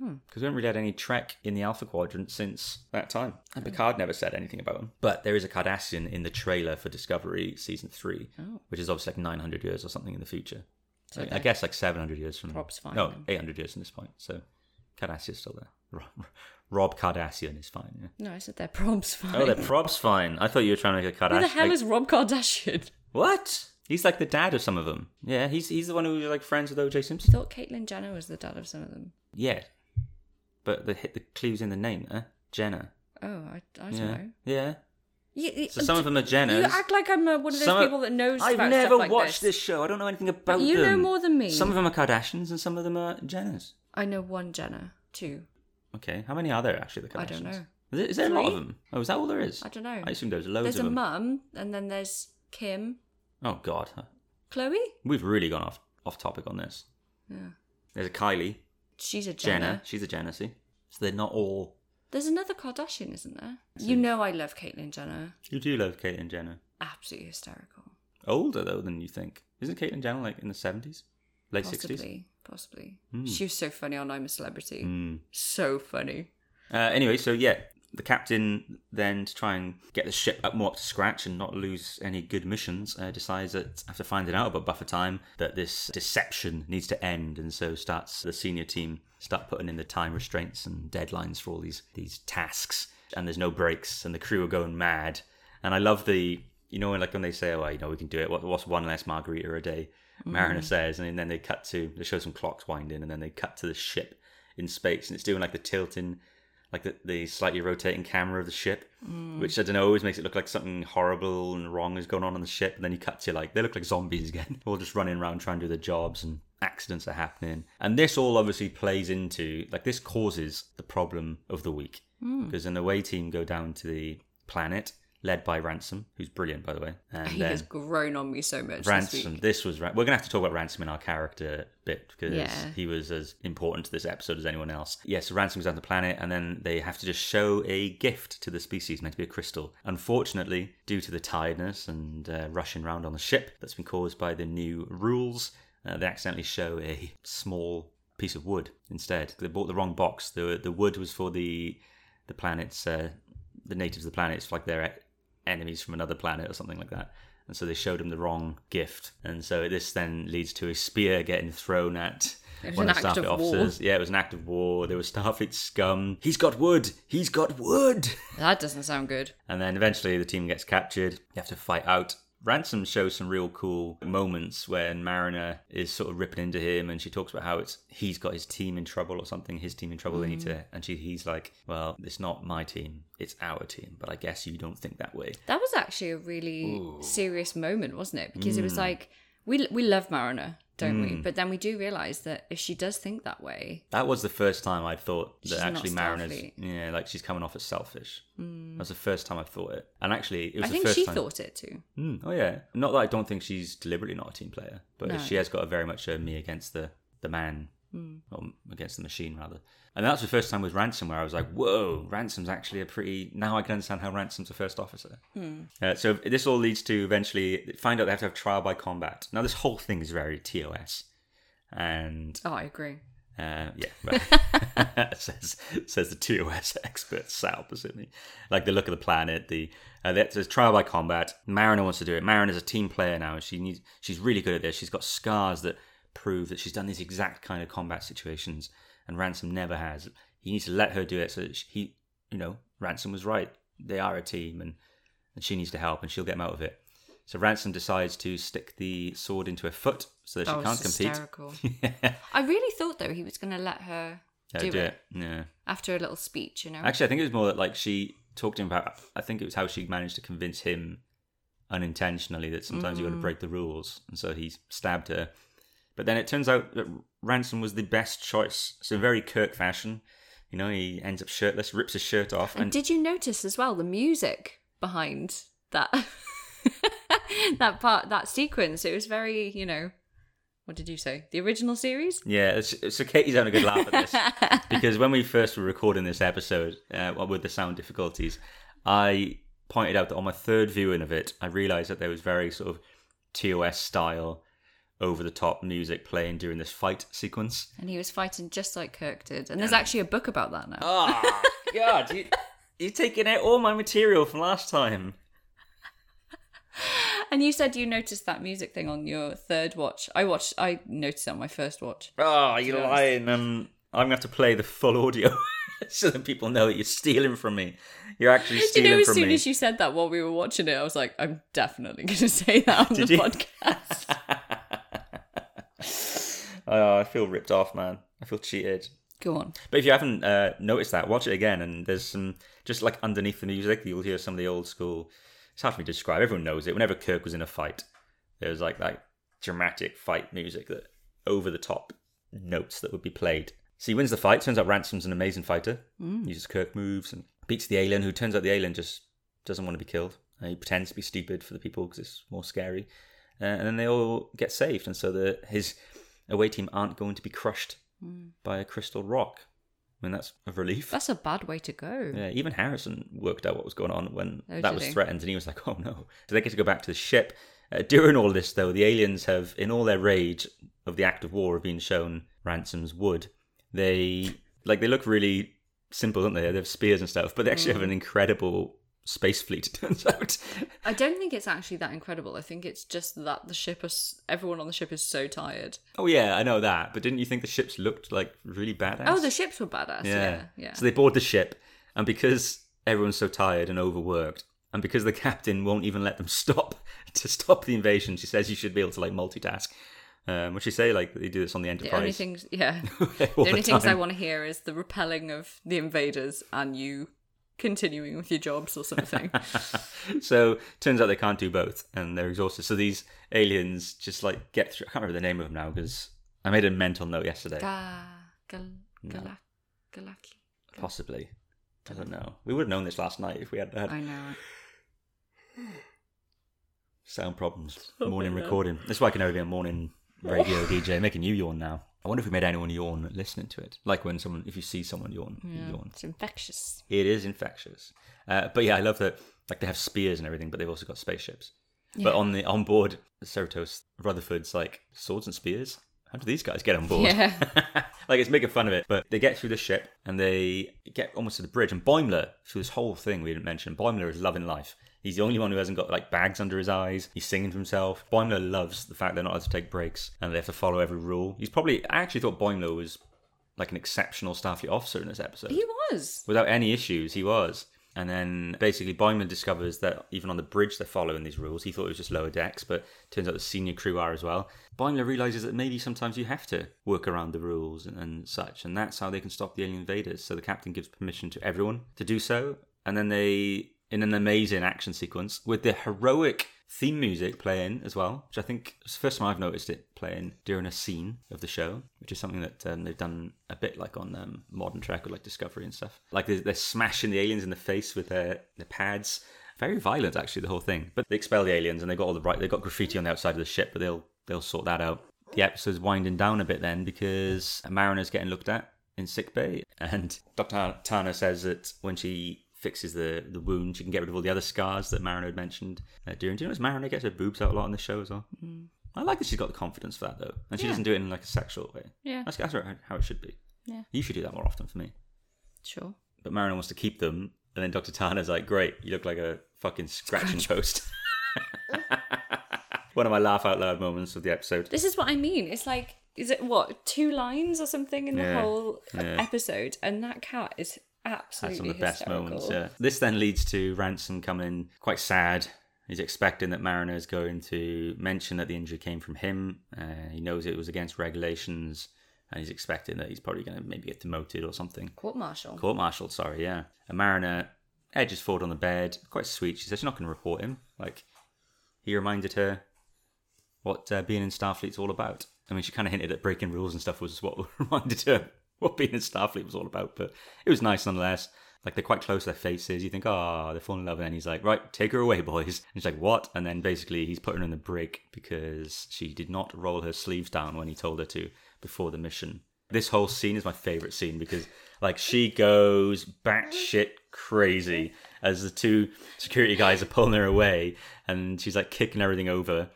Speaker 2: Oh.
Speaker 1: because we haven't really had any Trek in the Alpha Quadrant since that time.
Speaker 2: Hmm.
Speaker 1: And Picard never said anything about him. But there is a Cardassian in the trailer for Discovery season three,
Speaker 2: Oh.
Speaker 1: which is obviously like 900 years or something in the future.
Speaker 2: So
Speaker 1: I- I
Speaker 2: they're-
Speaker 1: guess like 700 years from
Speaker 2: Rob's fine
Speaker 1: No,
Speaker 2: then.
Speaker 1: 800 years from this point. So Cardassia's still there. [laughs] Rob, Rob Cardassian is fine. Yeah.
Speaker 2: No, I said their prom's fine.
Speaker 1: Oh, their prop's fine. I thought you were trying to make a Kardashian.
Speaker 2: Who the hell
Speaker 1: like-
Speaker 2: is Rob [laughs] Kardashian?
Speaker 1: what? He's like the dad of some of them. Yeah, he's he's the one who was like friends with O.J.
Speaker 2: I
Speaker 1: Simpson.
Speaker 2: thought Caitlyn Jenner was the dad of some of them.
Speaker 1: Yeah, but the hit the clues in the name, huh? Jenna.
Speaker 2: Oh, I, I don't
Speaker 1: yeah.
Speaker 2: know.
Speaker 1: Yeah.
Speaker 2: You- you-
Speaker 1: So some of them are Jenners.
Speaker 2: You act like I'm uh, one of those
Speaker 1: Some of-
Speaker 2: people that knows
Speaker 1: I've
Speaker 2: about
Speaker 1: never
Speaker 2: stuff like
Speaker 1: watched
Speaker 2: this.
Speaker 1: this. show. I don't know anything about
Speaker 2: you know
Speaker 1: them.
Speaker 2: more than me.
Speaker 1: Some of them are Kardashians and some of them are Jenners.
Speaker 2: I know one Jenner, two.
Speaker 1: Okay, how many are there actually? The Kardashians.
Speaker 2: I don't know.
Speaker 1: Is, it, is there a lot of
Speaker 2: Three?
Speaker 1: them? Oh, is that all there is?
Speaker 2: I don't know.
Speaker 1: I assume there's loads
Speaker 2: there's
Speaker 1: of
Speaker 2: a
Speaker 1: them.
Speaker 2: mum, and then there's Kim,
Speaker 1: oh God,
Speaker 2: Chloe.
Speaker 1: we've really gone off off topic on this.
Speaker 2: Yeah.
Speaker 1: There's a Kylie.
Speaker 2: She's a
Speaker 1: Jenna.
Speaker 2: Jenner.
Speaker 1: She's a Jenna, see? So they're not all.
Speaker 2: There's another Kardashian, isn't there?
Speaker 1: Yes,
Speaker 2: You
Speaker 1: there
Speaker 2: know I love Caitlyn Jenner.
Speaker 1: You do love Caitlyn Jenner.
Speaker 2: Absolutely hysterical.
Speaker 1: Older, though, than you think. Isn't Caitlyn Jenner like in the 70s? Late
Speaker 2: possibly, possibly.
Speaker 1: Hmm.
Speaker 2: She was so funny on I'm a Celebrity.
Speaker 1: 60s? Mm.
Speaker 2: So funny.
Speaker 1: Uh, anyway, so yeah, the captain then to try and get the ship up more up to scratch and not lose any good missions, uh, decides that after finding out about buffer time, that this deception needs to end, and so starts the senior team start putting in the time restraints and deadlines for all these these tasks, and there's no breaks, and the crew are going mad, and I love the. You know, when, like when they say, "Well, you know, we can do it." What, what's one less margarita a day? Mariner says, and then they cut to they show some clocks winding, and then they cut to the ship in space, and it's doing like the tilting like the, the slightly rotating camera of the ship, which I don't know always makes it look like something horrible and wrong is going on on the ship. And then you cut to like they look like zombies again, [laughs] all just running around trying to do their jobs, and accidents are happening. And this all obviously plays into like this causes the problem of the week because an away team go down to the planet led by Ransom, who's brilliant by the way, and
Speaker 2: [laughs] he
Speaker 1: then
Speaker 2: has grown on me so much this
Speaker 1: Ransom.
Speaker 2: week.
Speaker 1: This was Ra- we're gonna have to talk about Ransom in our character bit because
Speaker 2: Yeah.
Speaker 1: he was as important to this episode as anyone else. Yes, so Ransom goes down the planet, and then they have to just show a gift to the species meant to be a crystal. Unfortunately, due to the tiredness and uh, rushing around on the ship that's been caused by the new rules, uh, they accidentally show a small piece of wood instead. They bought the wrong box. the The wood was for the the planets, uh, the natives of the planets, like their e-, enemies from another planet or something like that. And so they showed him the wrong gift. And so this then leads to a spear getting thrown at
Speaker 2: It was
Speaker 1: one of
Speaker 2: an
Speaker 1: the
Speaker 2: act
Speaker 1: Starfleet
Speaker 2: of war.
Speaker 1: officers. Yeah, it was an act of war. There was Starfleet scum. He's got wood. He's got wood.
Speaker 2: That doesn't sound good.
Speaker 1: And then eventually the team gets captured. You have to fight out. Ransom shows some real cool moments when Mariner is sort of ripping into him, and she talks about how it's he's got his team in trouble or something. His team in trouble. They need
Speaker 2: Mm.
Speaker 1: to, and she he's like, "Well, it's not my team. It's our team." But I guess you don't think that way.
Speaker 2: That was actually a really serious moment, wasn't it? Because it
Speaker 1: Hmm.
Speaker 2: was like we we love Mariner, don't we? But then we do realize that if she does think that way,
Speaker 1: That was the first time I thought that
Speaker 2: She's not
Speaker 1: actually Mariner's
Speaker 2: Starfleet. Mm.
Speaker 1: yeah, like she's coming off as selfish. That was the first time I thought it, and actually it was
Speaker 2: I
Speaker 1: the
Speaker 2: think
Speaker 1: first
Speaker 2: she
Speaker 1: time.
Speaker 2: thought it too.
Speaker 1: Mm, oh yeah, not that I don't think she's deliberately not a team player, but
Speaker 2: No.
Speaker 1: she has got a very much a me against the the man, or against the machine rather. And that's the first time with Ransom where I was like, whoa, Ransom's actually a pretty. Now I can understand how Ransom's a first officer. Uh, so this all leads to eventually find out they have to have trial by combat. Now this whole thing is very TOS, and
Speaker 2: Oh, I agree.
Speaker 1: Uh,
Speaker 2: [laughs]
Speaker 1: yeah, right. [laughs] says says the TOS expert sat opposite me. Like the look of the planet. The uh, that says trial by combat. Mariner wants to do it. Mariner is a team player now. She needs. She's really good at this. She's got scars that prove that she's done these exact kind of combat situations, and Ransom never has. He needs to let her do it. So that she- he, you know, Ransom was right. They are a team, and and she needs to help, and she'll get him out of it. So Ransom decides to stick the sword into her foot so that
Speaker 2: That
Speaker 1: she
Speaker 2: was
Speaker 1: can't compete.
Speaker 2: Oh, hysterical.
Speaker 1: [laughs] yeah,
Speaker 2: I really thought though he was going to let her do, it,
Speaker 1: Yeah.
Speaker 2: after a little speech, you know.
Speaker 1: Actually, I think it was more that like she talked to him about. I think it was how she managed to convince him unintentionally that sometimes you got to
Speaker 2: Mm.
Speaker 1: break the rules, and so he stabbed her. But then it turns out that Ransom was the best choice. So very Kirk fashion, you know, he ends up shirtless, rips his shirt off,
Speaker 2: and
Speaker 1: and,
Speaker 2: did you notice as well the music behind that [laughs] that part that sequence? It was very, you know, what did you say? The original series?
Speaker 1: yeah. it's- So Katie's having a good laugh at this. [laughs] because when we first were recording this episode uh, with the sound difficulties, I pointed out that on my third viewing of it, I realised that there was very sort of TOS style, over the top music playing during this fight sequence.
Speaker 2: And he was fighting just like Kirk did. And there's actually a book about that now.
Speaker 1: [laughs] Ah, God, you, you're taking out all my material from last time.
Speaker 2: And you said you noticed that music thing on your third watch. I watched I noticed it on my first watch.
Speaker 1: Oh, you're
Speaker 2: Yes.
Speaker 1: lying. Um, I'm going to have to play the full audio [laughs] so that people know that you're stealing from me. You're actually
Speaker 2: Do
Speaker 1: stealing
Speaker 2: you know as
Speaker 1: from
Speaker 2: soon
Speaker 1: me.
Speaker 2: as you said that while we were watching it, I was like, I'm definitely gonna [laughs] say that on
Speaker 1: Did
Speaker 2: the
Speaker 1: you? [laughs]
Speaker 2: podcast.
Speaker 1: oh, I feel ripped off, man. I feel cheated.
Speaker 2: Go on.
Speaker 1: But if you haven't uh, noticed that, watch it again. And there's some just like underneath the music, you'll hear some of the old school. It's hard for me to describe. Everyone knows it. Whenever Kirk was in a fight, there was like that dramatic fight music that over the top notes that would be played. So he wins the fight. Turns out Ransom's an amazing fighter. Uses Kirk moves and beats the alien, who turns out the alien just doesn't want to be killed. And he pretends to be stupid for the people because it's more scary. Uh, and then they all get saved, and so the his away team aren't going to be crushed by a crystal rock. I mean, that's a relief.
Speaker 2: That's a bad way to go.
Speaker 1: yeah, even Harrison worked out what was going on when
Speaker 2: Oh,
Speaker 1: that
Speaker 2: did
Speaker 1: was
Speaker 2: he?
Speaker 1: threatened, and he was like, [laughs] "Oh no!" So they get to go back to the ship. Uh, during all this, though, the aliens have, in all their rage of the act of war, have been shown Ransom's wood. They like they look really simple, don't they? They have spears and stuff, but they actually
Speaker 2: Mm.
Speaker 1: have an incredible space fleet. [laughs] It turns out.
Speaker 2: I don't think it's actually that incredible. I think it's just that the ship is everyone on the ship is so tired.
Speaker 1: Oh yeah, I know that. But didn't you think the ships looked like really badass?
Speaker 2: Oh, the ships were badass. Yeah, yeah.
Speaker 1: So they board the ship, and because everyone's so tired and overworked, and because the [laughs] captain won't even let them stop [laughs] to stop the invasion, she says you should be able to like multitask. Um, what she say? Like they do this on the
Speaker 2: the
Speaker 1: Enterprise.
Speaker 2: only things, yeah.
Speaker 1: [laughs] all
Speaker 2: the only things I
Speaker 1: time.
Speaker 2: want to hear is the repelling of the invaders and you continuing with your jobs
Speaker 1: [laughs]
Speaker 2: or something.
Speaker 1: so turns out they can't do both, and they're exhausted. So these aliens just like get through. I can't remember the name of them now because I made a mental note yesterday.
Speaker 2: Ga, gal,
Speaker 1: No.
Speaker 2: gala, galaki.
Speaker 1: Possibly, I don't know. We would have known this last night if we had had
Speaker 2: I know. it.
Speaker 1: Sound problems. morning recording. That's why I can never be a morning radio DJ. Making you yawn now. I wonder if we made anyone yawn listening to it. Like when someone, if you see someone yawn,
Speaker 2: Yeah.
Speaker 1: you yawn.
Speaker 2: It's infectious.
Speaker 1: It is infectious. Uh, but yeah, I love that. Like they have spears and everything, but they've also got spaceships. But on the on board, Cerritos, Rutherford's like swords and spears. How do these guys get on board?
Speaker 2: Yeah.
Speaker 1: [laughs] like it's making fun of it. But they get through the ship and they get almost to the bridge. And Boimler, through this whole thing we didn't mention, Boimler is loving life. He's the only one who hasn't got like bags under his eyes. He's singing to himself. Boimler loves the fact they're not allowed to take breaks and they have to follow every rule. He's probably I actually thought Boimler was like an exceptional Starfleet officer in this episode
Speaker 2: He was.
Speaker 1: without any issues. He was. And then basically, Boyman discovers that even on the bridge they're following these rules. He thought it was just lower decks, but turns out the senior crew are as well. Boimler realizes that maybe sometimes you have to work around the rules and, and such, and that's how they can stop the alien invaders. So the captain gives permission to everyone to do so, and then they, in an amazing action sequence with the heroic theme music playing as well, which I think it's the first time I've noticed it playing during a scene of the show, which is something that um, they've done a bit like on um, Modern Trek or like Discovery and stuff. Like they're, they're smashing the aliens in the face with their, their pads. Very violent, actually, the whole thing. But they expel the aliens, and they got all the right. They got graffiti on the outside of the ship, but they'll they'll sort that out. The episode's winding down a bit then because a mariner's getting looked at in sick bay, and Doctor Tana says that when she fixes the the wound, she can get rid of all the other scars that Mariner had mentioned uh, during. Do you notice Mariner gets her boobs out a lot on the show as well? I like that she's got the confidence for that though, and she
Speaker 2: Mm. Yeah.
Speaker 1: doesn't do it in like a sexual way.
Speaker 2: Yeah.
Speaker 1: That's, that's how- how it should be.
Speaker 2: Yeah.
Speaker 1: You should do that more often for me.
Speaker 2: Sure.
Speaker 1: But Mariner wants to keep them, and then Doctor Tana's like, "Great, you look like a fucking scratching post." [laughs] One of my laugh out loud moments of the episode.
Speaker 2: This is what I mean. It's like, is it what two lines or something in the
Speaker 1: Yeah.
Speaker 2: whole
Speaker 1: Yeah.
Speaker 2: episode? And that cat is
Speaker 1: That's
Speaker 2: absolutely
Speaker 1: one of the best
Speaker 2: hysterical.
Speaker 1: moments. Yeah. This then leads to Ransom coming in quite sad. He's expecting that Mariner is going to mention that the injury came from him. Uh, he knows it was against regulations, and he's expecting that he's probably going to maybe get demoted or something.
Speaker 2: Court martial.
Speaker 1: Court martialed, sorry, yeah. And Mariner edges forward on the bed, quite sweet. She says she's not going to report him. Like, he reminded her what uh, being in Starfleet's all about. I mean, she kind of hinted that breaking rules and stuff was what [laughs] reminded her what being in Starfleet was all about, but it was nice nonetheless. Like, they're quite close, their faces. You think, oh, they're falling in love. And then he's like, right, take her away, [laughs] boys. And she's like, what? And then basically, he's putting her in the brig because she did not roll her sleeves down when he told her to before the mission. This whole scene is my favorite scene because, like, she goes batshit crazy as the two security guys are pulling her away and she's like kicking everything over.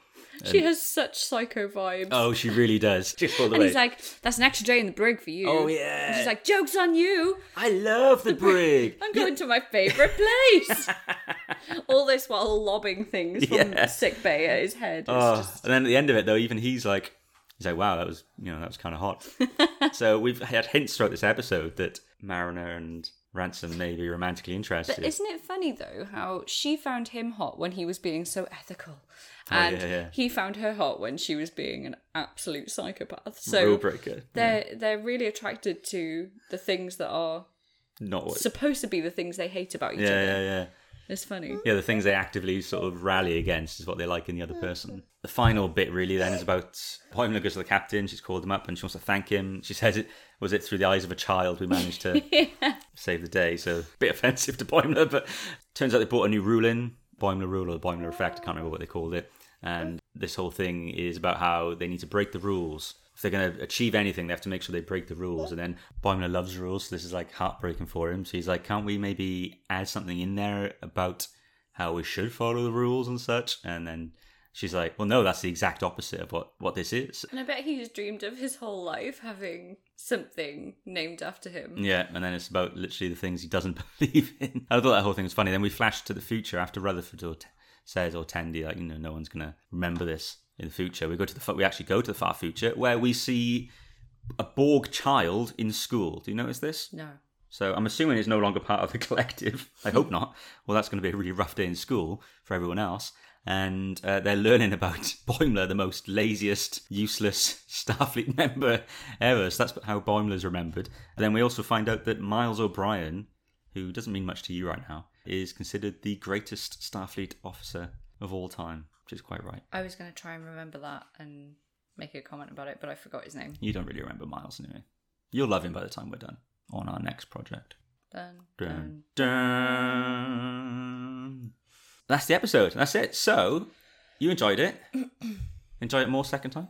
Speaker 2: She has such psycho vibes.
Speaker 1: Oh, she really [laughs] does. She's pulled
Speaker 2: and he's like, that's an extra day in the brig for you.
Speaker 1: Oh, yeah.
Speaker 2: And she's like, joke's on you.
Speaker 1: I love the brig.
Speaker 2: I'm going to my favourite
Speaker 1: [laughs]
Speaker 2: place. All this while lobbing things from
Speaker 1: Yeah.
Speaker 2: sick bay at his head. It's
Speaker 1: Oh,
Speaker 2: just
Speaker 1: and then at the end of it, though, even he's like, he's like, wow, that was, you know, that was kind of hot.
Speaker 2: [laughs]
Speaker 1: so we've had hints throughout this episode that Mariner and Ransom may be romantically interested.
Speaker 2: But isn't it funny though how she found him hot when he was being so ethical, and
Speaker 1: Oh, yeah, yeah.
Speaker 2: he found her hot when she was being an absolute psychopath. So
Speaker 1: Rule breaker.
Speaker 2: they're they're really attracted to the things that are
Speaker 1: Not what.
Speaker 2: supposed to be the things they hate about each
Speaker 1: yeah,
Speaker 2: other.
Speaker 1: yeah, yeah.
Speaker 2: It's funny.
Speaker 1: Yeah, the things they actively sort of rally against is what they like in the other person. The final bit really then is about Hoimler goes to the captain, she's called him up and she wants to thank him. She says it was it through the eyes of a child we managed to save the day, so a bit offensive to Boimler, but turns out they brought a new rule in, Boimler rule or the Boimler effect, I can't remember what they called it. And this whole thing is about how they need to break the rules. If they're going to achieve anything, they have to make sure they break the rules. And then Boimler loves rules, so this is like heartbreaking for him. So he's like, can't we maybe add something in there about how we should follow the rules and such. And then she's like, well, no, that's the exact opposite of what, what this is.
Speaker 2: And I bet he's dreamed of his whole life having something named after him.
Speaker 1: Yeah, and then it's about literally the things he doesn't [laughs] believe in. I thought that whole thing was funny. Then we flash to the future after Rutherford or t- says or Tandy, like, you know, no one's going to remember this in the future. We go to the fa- we actually go to the far future where we see a Borg child in school. Do you notice this?
Speaker 2: No.
Speaker 1: So I'm assuming it's no longer part of the [laughs] collective. I hope not. Well, that's going to be a really rough day in school for everyone else. And uh, they're learning about [laughs] Boimler, the most laziest, useless [laughs] Starfleet member ever. So that's how Boimler's remembered. And then we also find out that Miles O'Brien, who doesn't mean much to you right now, is considered the greatest Starfleet officer of all time, which is quite right.
Speaker 2: I was going to try and remember that and make a comment about it, but I forgot his name.
Speaker 1: You don't really remember Miles anyway. You'll love him by the time we're done on our next project.
Speaker 2: Dun, dun.
Speaker 1: Dun, dun. That's the episode. That's it. So, you enjoyed
Speaker 2: [clears throat]
Speaker 1: it. Enjoy it more second time.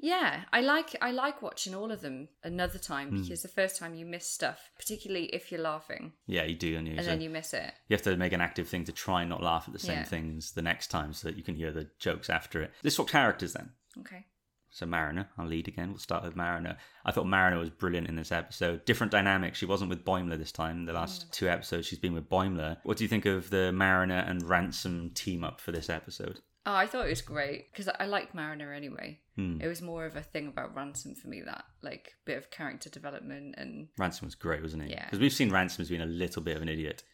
Speaker 2: Yeah, I like I like watching all of them another time
Speaker 1: Hmm.
Speaker 2: because the first time you miss stuff, particularly if you're laughing
Speaker 1: Yeah, you do, don't you?
Speaker 2: and
Speaker 1: So
Speaker 2: then you miss it.
Speaker 1: you have to make an active thing to try and not laugh at the same
Speaker 2: Yeah.
Speaker 1: things the next time, so that you can hear the jokes after it. Let's swap characters then.
Speaker 2: Okay.
Speaker 1: So Mariner, our lead again. We'll start with Mariner. I thought Mariner was brilliant in this episode. Different dynamic. She wasn't with Boimler this time. The
Speaker 2: Mm.
Speaker 1: last two episodes, she's been with Boimler. What do you think of the Mariner and Ransom team up for this episode?
Speaker 2: Oh, I thought it was great because I like Mariner anyway.
Speaker 1: Hmm.
Speaker 2: It was more of a thing about Ransom for me that like bit of character development and
Speaker 1: Ransom was great, wasn't he?
Speaker 2: Yeah.
Speaker 1: Because we've seen Ransom as being a little bit of an idiot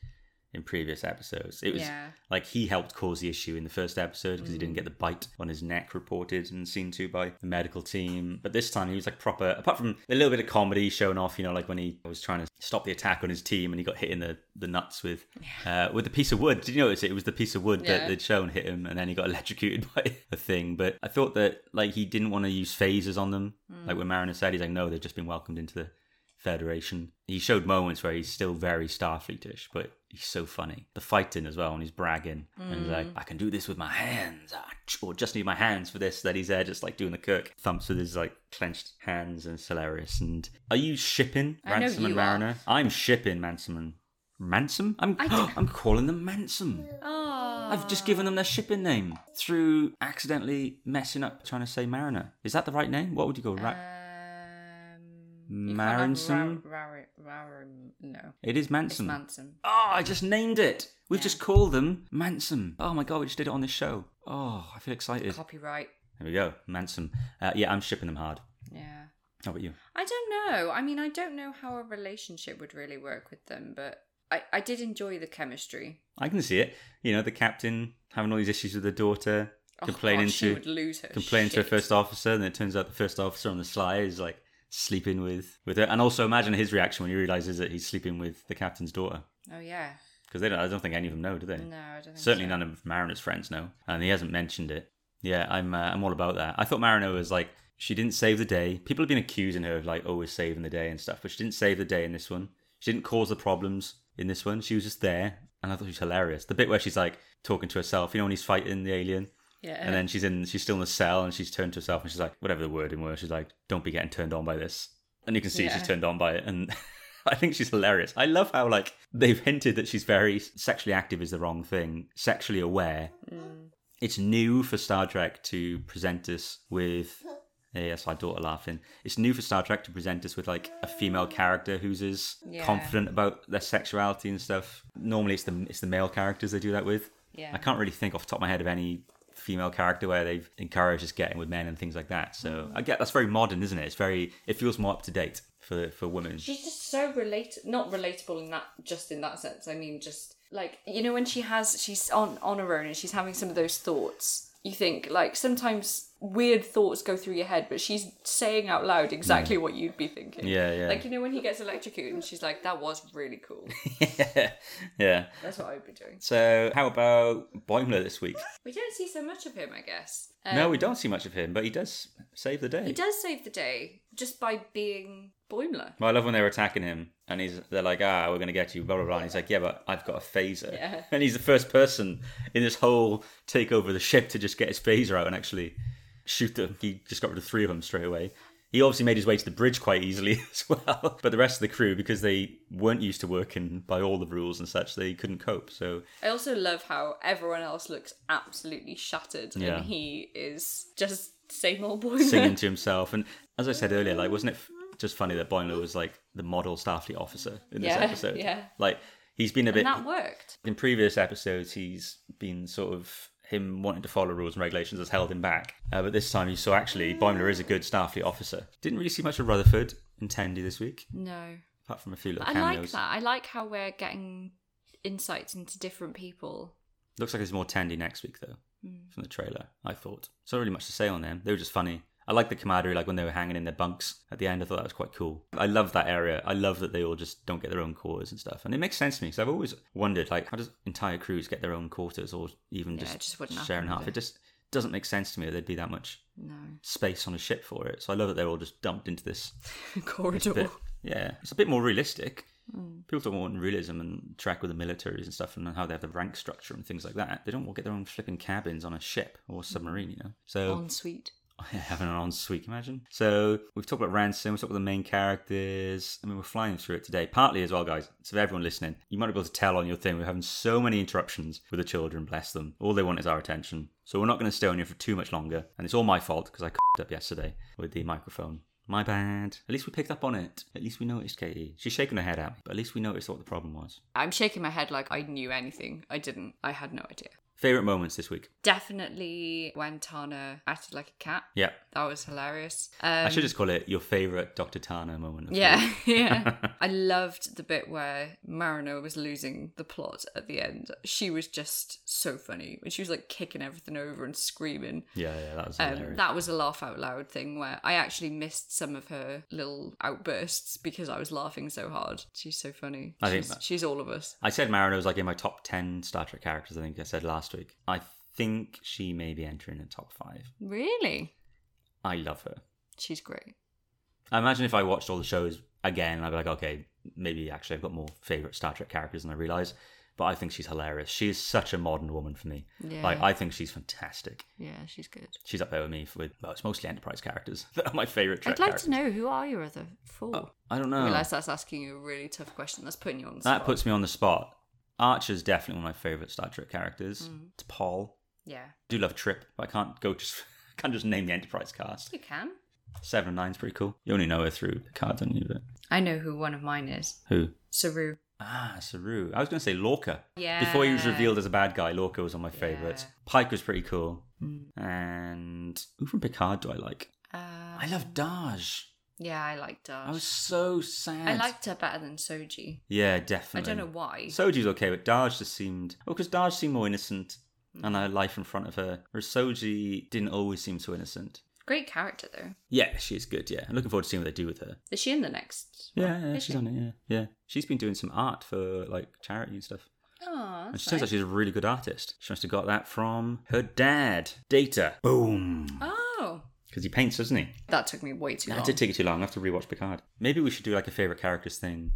Speaker 1: in previous episodes. It was
Speaker 2: Yeah. Mm.
Speaker 1: like he helped cause the issue in the first episode because he didn't get the bite on his neck reported and seen to by the medical team. But this time he was like proper, apart from a little bit of comedy showing off, you know, like when he was trying to stop the attack on his team and he got hit in the, the nuts with uh, with a piece of wood. Did you notice it? It was the piece of wood that
Speaker 2: Yeah.
Speaker 1: they'd shown hit him and then he got [laughs] electrocuted by a thing. But I thought that like he didn't want to use phases on them.
Speaker 2: Mm.
Speaker 1: Like when Mariner said, he's like, no, they've just been welcomed into the Federation. He showed moments where he's still very Starfleetish, but he's so funny. The fighting as well, and he's bragging, and he's
Speaker 2: Mm.
Speaker 1: like, "I can do this with my hands," ah, ch- or "Just need my hands for this." That he's there, just like doing the Kirk thumps with his like clenched hands, and it's hilarious. And are you shipping
Speaker 2: I know
Speaker 1: Ransom and
Speaker 2: you are.
Speaker 1: Mariner? I'm shipping Ransom and Ransom? I'm [gasps]
Speaker 2: I don't-
Speaker 1: I'm calling them Mansom.
Speaker 2: Oh.
Speaker 1: I've just given them their shipping name through accidentally messing up trying to say Mariner. Is that the right name? What would you go? Ra-
Speaker 2: Oh. Uh, Um, you can't have
Speaker 1: Marinson?
Speaker 2: Rar- rar- rarum- no.
Speaker 1: it is
Speaker 2: It's
Speaker 1: Manson.
Speaker 2: Manson.
Speaker 1: oh, I just named it. We've
Speaker 2: Yeah.
Speaker 1: just called them Manson. Oh my god, we just did it on this show. Oh, I feel excited.
Speaker 2: Copyright.
Speaker 1: There we go, Manson. Uh, yeah, I'm shipping them hard.
Speaker 2: Yeah.
Speaker 1: How about you?
Speaker 2: I don't know. I mean, I don't know how a relationship would really work with them, but I, I did enjoy the chemistry.
Speaker 1: I can see it. You know, the captain having all these issues with the daughter,
Speaker 2: Oh,
Speaker 1: complaining
Speaker 2: God, she
Speaker 1: to
Speaker 2: would lose her
Speaker 1: complaining to a
Speaker 2: shit.
Speaker 1: first officer, and then it turns out the first officer on the sly is like sleeping with with her. And also imagine his reaction when he realizes that he's sleeping with the captain's daughter.
Speaker 2: Oh yeah.
Speaker 1: Because they don't, I don't think any of them know, do they?
Speaker 2: No, I don't. Think
Speaker 1: Certainly
Speaker 2: so.
Speaker 1: none of Mariner's friends know, and he hasn't mentioned it. Yeah, I'm uh, I'm all about that. I thought Mariner was like she didn't save the day. People have been accusing her of like always saving the day and stuff, but she didn't save the day in this one. She didn't cause the problems in this one. She was just there, and I thought she was hilarious. The bit where she's like talking to herself, you know, when he's fighting the alien,
Speaker 2: Yeah.
Speaker 1: and then she's in she's still in the cell, and she's turned to herself, and she's like, whatever the word in word, she's like, don't be getting turned on by this, and you can see
Speaker 2: Yeah.
Speaker 1: she's turned on by it, and. [laughs] I think she's hilarious. I love how like they've hinted that she's very sexually active is the wrong thing, sexually aware,
Speaker 2: Mm.
Speaker 1: it's new for Star Trek to present us with. Yeah, that's my daughter laughing. It's new for Star Trek to present us with like a female character who's as
Speaker 2: Yeah.
Speaker 1: confident about their sexuality and stuff. Normally, it's the it's the male characters they do that with.
Speaker 2: Yeah.
Speaker 1: I can't really think off the top of my head of any female character where they've encouraged us getting with men and things like that. So I get that's very modern, isn't it? It's very it feels more up to date for for women.
Speaker 2: She's just so relate not relatable in that just in that sense. I mean just like you know when she has she's on on her own and she's having some of those thoughts. You think like sometimes weird thoughts go through your head, but she's saying out loud exactly what you'd be thinking.
Speaker 1: [laughs] Yeah, yeah.
Speaker 2: Like you know when he gets electrocuted and she's like, "That was really cool."
Speaker 1: [laughs] yeah.
Speaker 2: That's what I would be doing.
Speaker 1: So how about Boimler this week?
Speaker 2: We don't see so much of him, I guess.
Speaker 1: no,
Speaker 2: Um,
Speaker 1: we don't see much of him, but he does save the day.
Speaker 2: He does save the day just by being Boimler.
Speaker 1: Well, I love when they're attacking him, and he's they're like, "Ah, we're gonna get you," blah blah blah. And he's like, "Yeah, but I've got a phaser,"
Speaker 2: Yeah.
Speaker 1: [laughs] and he's the first person in this whole take over the ship to just get his phaser out and actually shoot them. He just got rid of three of them straight away. He obviously made his way to the bridge quite easily [laughs] as well, but the rest of the crew, because they weren't used to working by all the rules and such, they couldn't cope.
Speaker 2: [laughs]
Speaker 1: So
Speaker 2: I also love how everyone else looks absolutely shattered
Speaker 1: Yeah.
Speaker 2: and he is just same old Boimler.
Speaker 1: singing to himself. And as I said earlier, like wasn't it f- just funny that Boimler was like the model Starfleet officer in this
Speaker 2: Yeah,
Speaker 1: episode?
Speaker 2: yeah.
Speaker 1: like he's been a bit.
Speaker 2: And that worked.
Speaker 1: in previous episodes, he's been sort of him wanting to follow rules and regulations has held him back. Uh, but this time, you saw actually Boimler is a good Starfleet officer. Didn't really see much of Rutherford and Tandy this week,
Speaker 2: No.
Speaker 1: apart from a few little
Speaker 2: I like
Speaker 1: cameos.
Speaker 2: that. I like how we're getting insights into different people.
Speaker 1: Looks like it's more Tandy next week though,
Speaker 2: Hmm.
Speaker 1: from the trailer. I thought. So not really much to say on them. They were just funny. I like the camaraderie, like when they were hanging in their bunks at the end. I thought that was quite cool. I love that area. I love that they all just don't get their own quarters and stuff. And it makes sense to me because I've always wondered, like, how does entire crews get their own quarters or even
Speaker 2: Yeah,
Speaker 1: just,
Speaker 2: it just wouldn't happen,
Speaker 1: sharing
Speaker 2: would
Speaker 1: half?
Speaker 2: it?
Speaker 1: It just doesn't make sense to me that there'd be that much
Speaker 2: No. [laughs]
Speaker 1: space on a ship for it. So I love that they're all just dumped into this
Speaker 2: Corridor.
Speaker 1: bit. Yeah, it's a bit more realistic. People don't want realism and track with the militaries and stuff and how they have the rank structure and things like that. They don't all get their own flipping cabins on a ship or submarine, you know. So
Speaker 2: Ensuite.
Speaker 1: [laughs] having an ensuite, imagine. So we've talked about ransom, we've talked about the main characters. I mean, we're flying through it today, partly as well, guys. So for everyone listening, you might be able to tell on your thing. We're having so many interruptions with the children. Bless them. All they want is our attention. So we're not going to stay on here for too much longer. And it's all my fault because I [laughs] c***ed up yesterday with the microphone. My bad. At least we picked up on it. At least we noticed, Katie. She's shaking her head at me, but at least we noticed what the problem was.
Speaker 2: I'm shaking my head like I knew anything. I didn't. I had no idea.
Speaker 1: Favorite moments this week?
Speaker 2: Definitely when Tana acted like a cat.
Speaker 1: Yeah.
Speaker 2: That was hilarious. Um,
Speaker 1: I should just call it your favorite Dr. Tana moment. of the
Speaker 2: Yeah, [laughs]
Speaker 1: [laughs]
Speaker 2: yeah. I loved the bit where Mariner was losing the plot at the end. She was just so funny when she was like kicking everything over and screaming.
Speaker 1: week. Yeah, yeah, that was hilarious.
Speaker 2: Um, that was a laugh out loud thing where I actually missed some of her little outbursts because I was laughing so hard. She's so funny.
Speaker 1: I think
Speaker 2: she's,
Speaker 1: that-
Speaker 2: she's all of us.
Speaker 1: I said Mariner was like in my top 10 Star Trek characters, I think I said last week. I think she may be entering the top five.
Speaker 2: Really,
Speaker 1: I love her.
Speaker 2: she's great.
Speaker 1: I imagine if I watched all the shows again, I'd be like, okay, maybe actually I've got more favourite Star Trek characters than I realise. but I think she's hilarious. She is such a modern woman for me.
Speaker 2: Yeah.
Speaker 1: Like I think she's fantastic.
Speaker 2: Yeah, she's good.
Speaker 1: She's up there with me with well, it's mostly enterprise characters [laughs] that are my favorite. Trek
Speaker 2: I'd like
Speaker 1: characters. Oh,
Speaker 2: to know who are your other four.
Speaker 1: I don't
Speaker 2: I
Speaker 1: know.
Speaker 2: realize that's asking you a really tough question. That's putting you on the
Speaker 1: That
Speaker 2: spot.
Speaker 1: puts me on the spot. Archer's definitely one of my favorite Star Trek characters.
Speaker 2: Mm.
Speaker 1: It's Paul.
Speaker 2: Yeah,
Speaker 1: I do love Trip, but I can't go just [laughs] can't just name the Enterprise cast.
Speaker 2: you can.
Speaker 1: Seven of Nine's pretty cool. You only know her through the cards, don't you? But
Speaker 2: I know who one of mine is.
Speaker 1: who?
Speaker 2: Saru.
Speaker 1: Ah, Saru. I was going to say Lorca.
Speaker 2: Yeah.
Speaker 1: Before he was revealed as a bad guy, Lorca was one of my favorites.
Speaker 2: Yeah.
Speaker 1: Pike was pretty cool. And who from Picard do I like?
Speaker 2: Uh,
Speaker 1: I love Daj.
Speaker 2: Yeah, I liked her.
Speaker 1: I was so sad.
Speaker 2: I liked her better than Soji.
Speaker 1: Yeah, definitely.
Speaker 2: I don't know why.
Speaker 1: Soji's okay, but Daj just seemed well because Daj seemed more innocent and
Speaker 2: Mm.
Speaker 1: her life in front of her. Whereas Soji didn't always seem so innocent.
Speaker 2: Great character though.
Speaker 1: Yeah, she is good. Yeah, I'm looking forward to seeing what they do with her.
Speaker 2: Is she in the next?
Speaker 1: Yeah, yeah she's on it. Yeah, yeah. She's been doing some art for like charity and stuff.
Speaker 2: Oh,
Speaker 1: and she turns out she's a really good artist. She must have got that from her dad, Data. Boom.
Speaker 2: Oh,
Speaker 1: Because he paints, doesn't he?
Speaker 2: that took me way too
Speaker 1: That
Speaker 2: long.
Speaker 1: did take you too long. I have to rewatch Picard. Maybe we should do like a favorite characters thing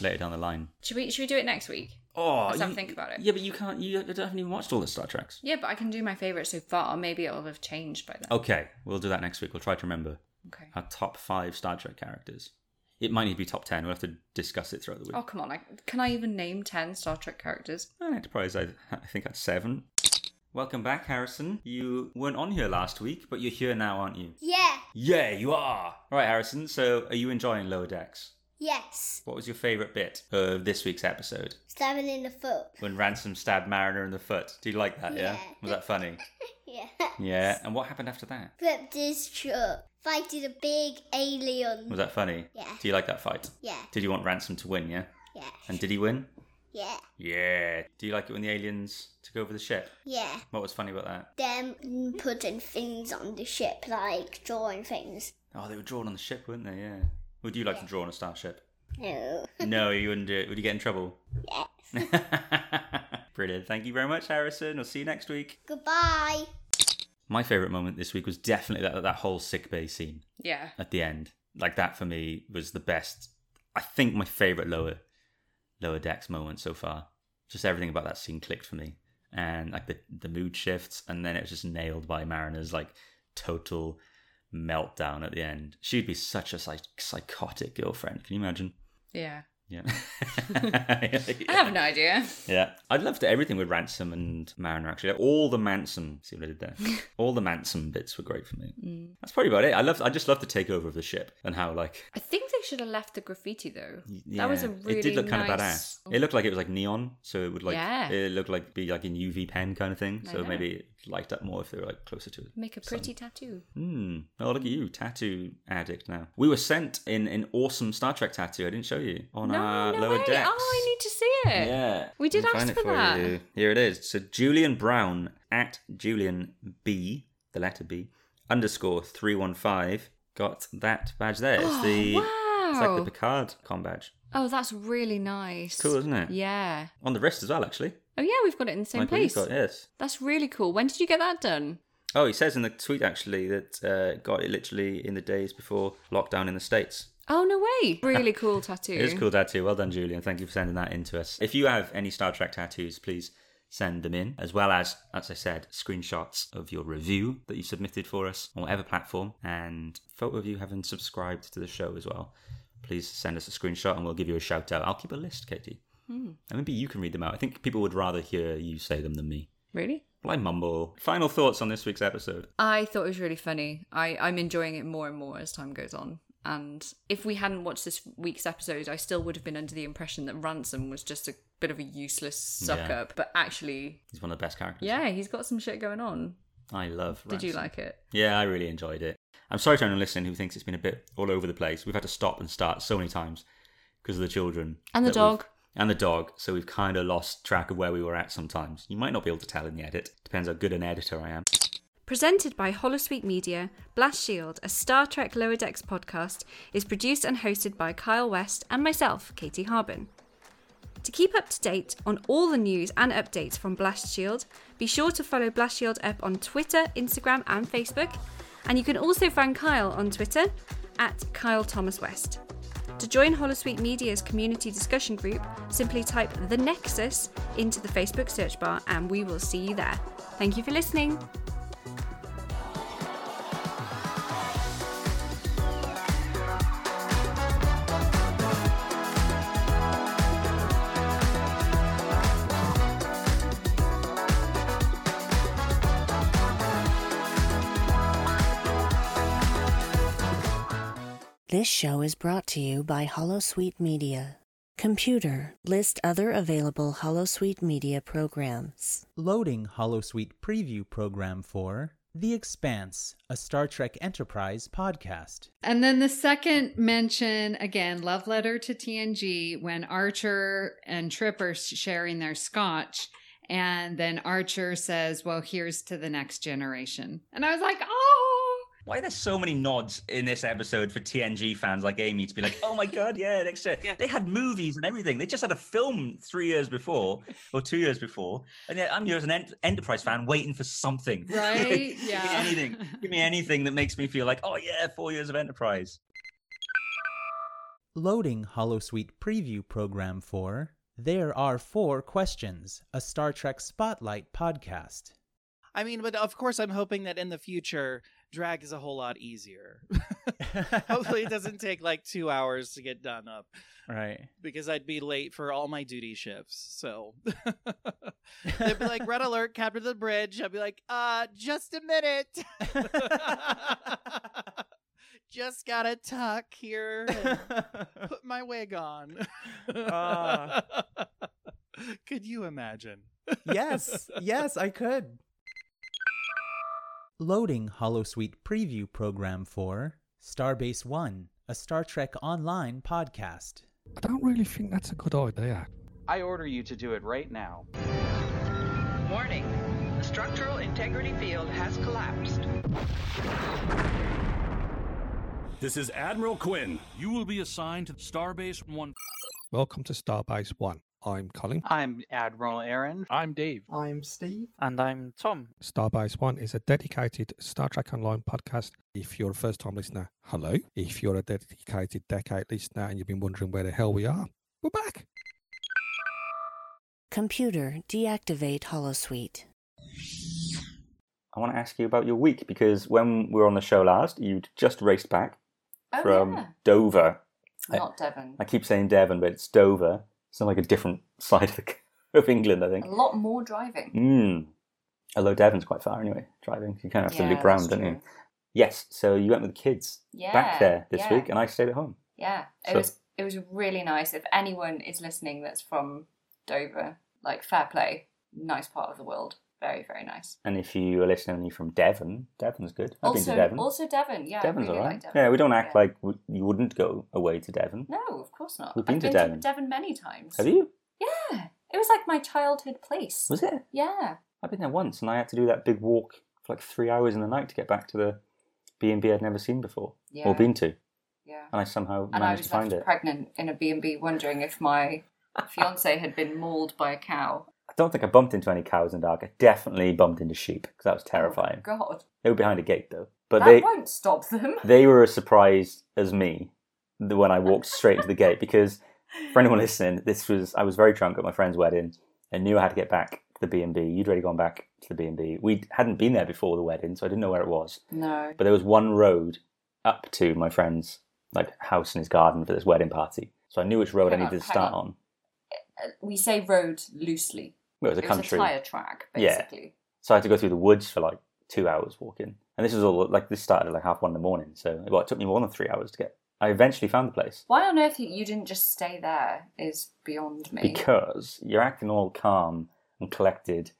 Speaker 1: later down the line.
Speaker 2: Should we should we do it next week?
Speaker 1: Oh,
Speaker 2: Let's have
Speaker 1: you-
Speaker 2: a think about it.
Speaker 1: Yeah, but you can't. You haven't even watched all the Star Treks.
Speaker 2: Yeah, but I can do my favorite so far. Maybe it'll have changed by then.
Speaker 1: Okay, we'll do that next week. We'll try to remember
Speaker 2: Okay.
Speaker 1: our top five Star Trek characters. It might need to be top ten. We'll have to discuss it throughout the week.
Speaker 2: Oh come on! I, can I even name ten Star Trek characters?
Speaker 1: And Enterprise, I, I think that's seven. Welcome back, Harrison. You weren't on here last week, but you're here now, aren't you?
Speaker 3: Yeah.
Speaker 1: Yeah, you are. All right, Harrison. So, are you enjoying Lower Decks?
Speaker 3: Yes.
Speaker 1: What was your favourite bit of this week's episode?
Speaker 3: Stabbing in the foot.
Speaker 1: When Ransom stabbed Mariner in the foot. Do you like that? Yeah.
Speaker 3: Yeah.
Speaker 1: Was that funny?
Speaker 3: Yeah. [laughs]
Speaker 1: Yeah. And what happened after that?
Speaker 3: Flipped his truck. Fighted a big alien.
Speaker 1: Was that funny?
Speaker 3: Yeah.
Speaker 1: Do you like that fight?
Speaker 3: Yeah.
Speaker 1: Did you want Ransom to win? Yeah.
Speaker 3: Yeah.
Speaker 1: And did he win?
Speaker 3: Yeah.
Speaker 1: Yeah. Do you like it when the aliens took over the ship?
Speaker 3: Yeah.
Speaker 1: What was funny about that?
Speaker 3: Them putting things on the ship, like drawing things.
Speaker 1: Oh, they were drawn on the ship, weren't they? Yeah. Would you like to draw on a starship?
Speaker 3: No.
Speaker 1: no, you wouldn't do it. Would you get in trouble? [laughs]
Speaker 3: Yes.
Speaker 1: Brilliant. Thank you very much, Harrison. We'll see you next week.
Speaker 3: Goodbye.
Speaker 1: My favourite moment this week was definitely that that whole sick bay scene
Speaker 2: Yeah.
Speaker 1: at the end. Like that for me was the best. I think my favourite lower lower decks moment so far. Just everything about that scene clicked for me, and like the the mood shifts, and then it was just nailed by Mariner's like total meltdown at the end. She'd be such a psych- psychotic girlfriend. Can you imagine?
Speaker 2: Yeah.
Speaker 1: Yeah. [laughs]
Speaker 2: [laughs] I have no [laughs] idea.
Speaker 1: Yeah, I'd love to everything with Ransom and Mariner. Actually, all the Manson. See what I did
Speaker 2: [laughs]
Speaker 1: there? all the Manson bits were great for me.
Speaker 2: Mm.
Speaker 1: That's probably about it. I love. I just love the takeover of the ship and how like.
Speaker 2: I think they should have left the graffiti though.
Speaker 1: y-
Speaker 2: that was
Speaker 1: yeah,
Speaker 2: a really
Speaker 1: It did look
Speaker 2: nice...
Speaker 1: kind of badass. It looked like it was like neon, so it would like.
Speaker 2: Yeah.
Speaker 1: It looked like be like in UV pen kind of thing.
Speaker 2: I
Speaker 1: So
Speaker 2: know.
Speaker 1: maybe it light up more if they were like closer to it.
Speaker 2: Make a pretty tattoo.
Speaker 1: Hmm. Oh, look at you, tattoo addict now. We were sent in an awesome Star Trek tattoo. I didn't show you on our lower
Speaker 2: way.
Speaker 1: decks.
Speaker 2: Oh, I need to see it.
Speaker 1: Yeah.
Speaker 2: We did
Speaker 1: I'll find
Speaker 2: ask
Speaker 1: it
Speaker 2: for that.
Speaker 1: you. Here it is. So Julian Brown at Julian B, the letter B, underscore 315, got that badge there. It's
Speaker 2: Oh,
Speaker 1: the it's like
Speaker 2: wow.
Speaker 1: the Picard com badge.
Speaker 2: Oh, that's really nice.
Speaker 1: Cool, isn't it?
Speaker 2: Yeah.
Speaker 1: On the wrist as well, actually.
Speaker 2: Oh yeah, we've got it in the same
Speaker 1: Like what you've
Speaker 2: place.
Speaker 1: got, yes.
Speaker 2: That's really cool. When did you get that done?
Speaker 1: Oh, he says in the tweet actually that uh, got it literally in the days before lockdown in the States.
Speaker 2: Oh no
Speaker 1: [laughs]
Speaker 2: way! Really cool tattoo.
Speaker 1: It is a cool tattoo. Well done, Julian. Thank you for sending that in to us. If you have any Star Trek tattoos, please send them in, as well as, as I said, screenshots of your review that you submitted for us on whatever platform, and photo of you having subscribed to the show as well. Please send us a screenshot and we'll give you a shout out. I'll keep a list, Katie.
Speaker 2: Hmm.
Speaker 1: And maybe you can read them out. I think people would rather hear you say them than me.
Speaker 2: Really?
Speaker 1: Well, I mumble. Final thoughts on this week's episode.
Speaker 2: I thought it was really funny. I I'm enjoying it more and more as time goes on. And if we hadn't watched this week's episode, I still would have been under the impression that Ransom was just a bit of a useless suck
Speaker 1: Yeah.
Speaker 2: up. But actually,
Speaker 1: He's one of the best characters.
Speaker 2: yeah, he's got some shit going on.
Speaker 1: I love
Speaker 2: Did you
Speaker 1: Ransom.
Speaker 2: like it?
Speaker 1: Yeah, I really enjoyed it. I'm sorry to anyone listening who thinks it's been a bit all over the place. We've had to stop and start so many times because of the children
Speaker 2: And the
Speaker 1: that we've-
Speaker 2: dog.
Speaker 1: And the dog, so we've kind of lost track of where we were at sometimes. You might not be able to tell in the edit. Depends how good an editor I am.
Speaker 2: Presented by Holosuite Media, Blast Shield, a Star Trek Lower Decks podcast, is produced and hosted by Kyle West and myself, Katie Harbin. To keep up to date on all the news and updates from Blast Shield, be sure to follow Blast Shield Up on Twitter, Instagram, and Facebook. And you can also find Kyle on Twitter at Kyle Thomas West. To join Holosuite Media's community discussion group, simply type The Nexus into the Facebook search bar and we will see you there. Thank you for listening.
Speaker 4: This show is brought to you by Holosuite Media. Computer, list other available Holosuite Media programs.
Speaker 5: Loading Holosuite preview program for The Expanse, a Star Trek Enterprise podcast.
Speaker 6: And then the second mention, again, love letter to TNG when Archer and Trip are sharing their scotch. And then Archer says, Well, here's to the next generation. And I was like, Oh,
Speaker 1: Why are there so many nods in this episode for TNG fans like Amy to be like, oh my god, yeah, next year. They had movies and everything. They just had a film three years before or two years before. And yet I'm here as an en- Enterprise fan waiting for something. [laughs]
Speaker 6: right?
Speaker 1: Give me
Speaker 6: yeah.
Speaker 1: anything. Give me anything that makes me feel like, oh yeah, four years of Enterprise.
Speaker 5: Loading Holosuite preview program for There Are Four Questions, a Star Trek Spotlight podcast.
Speaker 7: I mean, but of course, I'm hoping that in the future, drag is a whole lot easier. [laughs] [laughs] Hopefully, it doesn't take like two hours to get done up
Speaker 5: [laughs] Right.
Speaker 7: because I'd be late for all my duty shifts. So [laughs] they'd be like, red alert, captain of the bridge. I'd be like, uh, just a minute. [laughs] just gotta tuck here and put my wig on.
Speaker 5: Ah.
Speaker 7: [laughs] Could you imagine?
Speaker 5: [laughs] yes, yes, I could. Loading Holosuite preview program for Starbase One, a Star Trek Online podcast.
Speaker 8: I don't really think that's a good idea.
Speaker 9: I order you to do it right now.
Speaker 10: Warning. The structural integrity field has collapsed.
Speaker 11: This is Admiral Quinn. You will be assigned to Starbase 1.
Speaker 8: Welcome to Starbase One. I'm Colin.
Speaker 9: I'm Admiral Aaron.
Speaker 12: I'm Dave.
Speaker 13: I'm Steve.
Speaker 12: And I'm Tom.
Speaker 8: Starbase One is a dedicated Star Trek Online podcast. If you're a first time listener, hello. If you're a dedicated decade listener and you've been wondering where the hell we are, we're back.
Speaker 4: Computer, deactivate Holosuite.
Speaker 1: I want to ask you about your week because when we were on the show last, you'd just raced back
Speaker 2: Oh,
Speaker 1: from
Speaker 2: yeah.
Speaker 1: Dover. I-
Speaker 2: Not Devon.
Speaker 1: I keep saying Devon, but it's Dover. It's on like a different [laughs] side of, the, of England, I think.
Speaker 2: A lot more driving.
Speaker 1: Mm. Although Devon's quite far anyway, driving. You kind of have to
Speaker 2: Yeah,
Speaker 1: loop round,
Speaker 2: that's
Speaker 1: don't you?
Speaker 2: true.
Speaker 1: Yes, so you went with the kids
Speaker 2: Yeah,
Speaker 1: back there this
Speaker 2: yeah.
Speaker 1: week, and I stayed at home.
Speaker 2: Yeah, it
Speaker 1: So-
Speaker 2: was it was really nice. If anyone is listening that's from Dover, like fair play, nice part of the world, very very nice.
Speaker 1: And if you are listening and you're from Devon, Devon's good. I've
Speaker 2: also,
Speaker 1: been to Devon.
Speaker 2: also Devon. Yeah,
Speaker 1: Devon's
Speaker 2: I really
Speaker 1: alright.
Speaker 2: like Devon.
Speaker 1: yeah, we don't act
Speaker 2: Yeah.
Speaker 1: like we, you wouldn't go away to Devon.
Speaker 2: No, of course not.
Speaker 1: We've been
Speaker 2: I've
Speaker 1: to
Speaker 2: been
Speaker 1: Devon.
Speaker 2: to Devon many times.
Speaker 1: Have you?
Speaker 2: Yeah, it was like my childhood place.
Speaker 1: Was it?
Speaker 2: Yeah,
Speaker 1: I've been there once, and I had to do that big walk for like three hours in the night to get back to the B and B I'd never seen before
Speaker 2: Yeah.
Speaker 1: or been to, and
Speaker 2: yeah.
Speaker 1: I somehow
Speaker 2: And I
Speaker 1: managed to
Speaker 2: was
Speaker 1: find
Speaker 2: left
Speaker 1: it.
Speaker 2: pregnant in a B and B, wondering
Speaker 1: [laughs]
Speaker 2: if my fiance had been mauled by a cow.
Speaker 1: I don't think I bumped into any cows in the dark. I definitely bumped into sheep because that was terrifying.
Speaker 2: Oh, God,
Speaker 1: they were behind a gate though, but
Speaker 2: that
Speaker 1: they
Speaker 2: won't stop them.
Speaker 1: they were as surprised as me th- when I walked straight into the gate because for anyone listening, this was I was very drunk at my friend's wedding and knew I had to get back to the B and B. You'd already gone back to the B and B. We hadn't been there before the wedding, so I didn't know where it was.
Speaker 2: No.
Speaker 1: But there was one road up to my friend's like house in his garden for this wedding party. So I knew which road
Speaker 2: Hang
Speaker 1: I
Speaker 2: on,
Speaker 1: needed to
Speaker 2: hang
Speaker 1: start
Speaker 2: on.
Speaker 1: on.
Speaker 2: Uh, We say road loosely.
Speaker 1: Well, it was a
Speaker 2: it
Speaker 1: country.
Speaker 2: was a tire track,
Speaker 1: Yeah.
Speaker 2: basically.
Speaker 1: So I had to go through the woods for like two hours walking. And this was all like this started at like half one in the morning. So well, it took me more than three hours to get. I eventually found the place.
Speaker 2: Why on earth you- you didn't just stay there is beyond me.
Speaker 1: because you're acting all calm and collected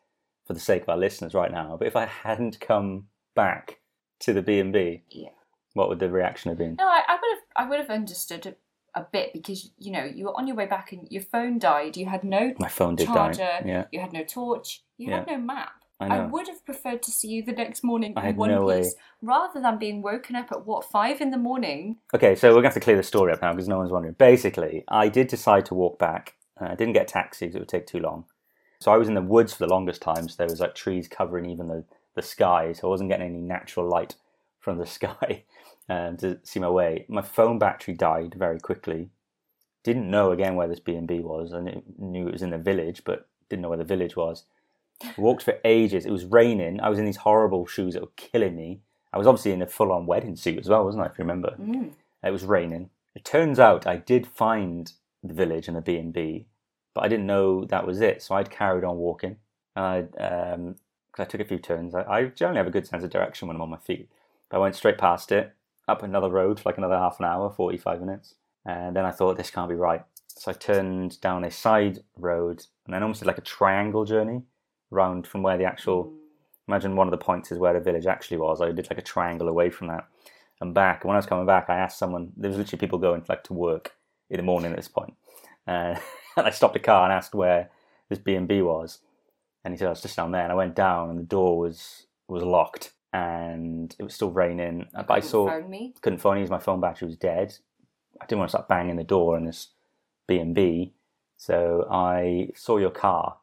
Speaker 1: for the sake of our listeners right now. But if I hadn't come back to the B and B,
Speaker 2: Yeah.
Speaker 1: what would the reaction have been?
Speaker 2: No, I, I would have. I would have understood a, a bit because you know you were on your way back and your phone died. You had no
Speaker 1: My phone did
Speaker 2: charger.
Speaker 1: die. Yeah,
Speaker 2: You had no torch. You had
Speaker 1: Yeah.
Speaker 2: no map.
Speaker 1: I know.
Speaker 2: would have preferred to see you the next morning
Speaker 1: I
Speaker 2: in
Speaker 1: had
Speaker 2: one
Speaker 1: no way.
Speaker 2: piece rather than being woken up at what five in the morning.
Speaker 1: Okay, so we're going to have to clear the story up now because no one's wondering. Basically, I did decide to walk back. Uh, I didn't get a taxi because it would take too long. So I was in the woods for the longest time, so there was like trees covering even the, the sky, so I wasn't getting any natural light [laughs] from the sky um, to see my way. My phone battery died very quickly. Didn't know again where this B and B was. I knew- knew it was in the village, but didn't know where the village was. Walked for ages. It was raining. I was in these horrible shoes that were killing me. I was obviously in a full-on wedding suit as well, wasn't I? If you remember,
Speaker 2: Hmm.
Speaker 12: Mm.
Speaker 1: it was raining. It turns out I did find the village and the B and B, but I didn't know that was it. So I'd carried on walking. And I, um 'cause I took a few turns. I, I generally have a good sense of direction when I'm on my feet. But I went straight past it, up another road for like another half an hour, 45 minutes. And then I thought, this can't be right. So I turned down a side road and then almost did like a triangle journey round from where the actual, imagine one of the points is where the village actually was. I did like a triangle away from that and back. And when I was coming back, I asked someone, there was literally people going like to work in the morning at this point. Uh, [laughs] and I stopped a car and asked where this B&B was and he said, I was just down there. And I went down, and the door was was locked, and it was still raining. But I
Speaker 2: couldn't
Speaker 1: saw
Speaker 2: phone me?
Speaker 1: couldn't phone me. 'cause My phone battery was dead. I didn't want to start banging the door in this B and B, so I saw your car,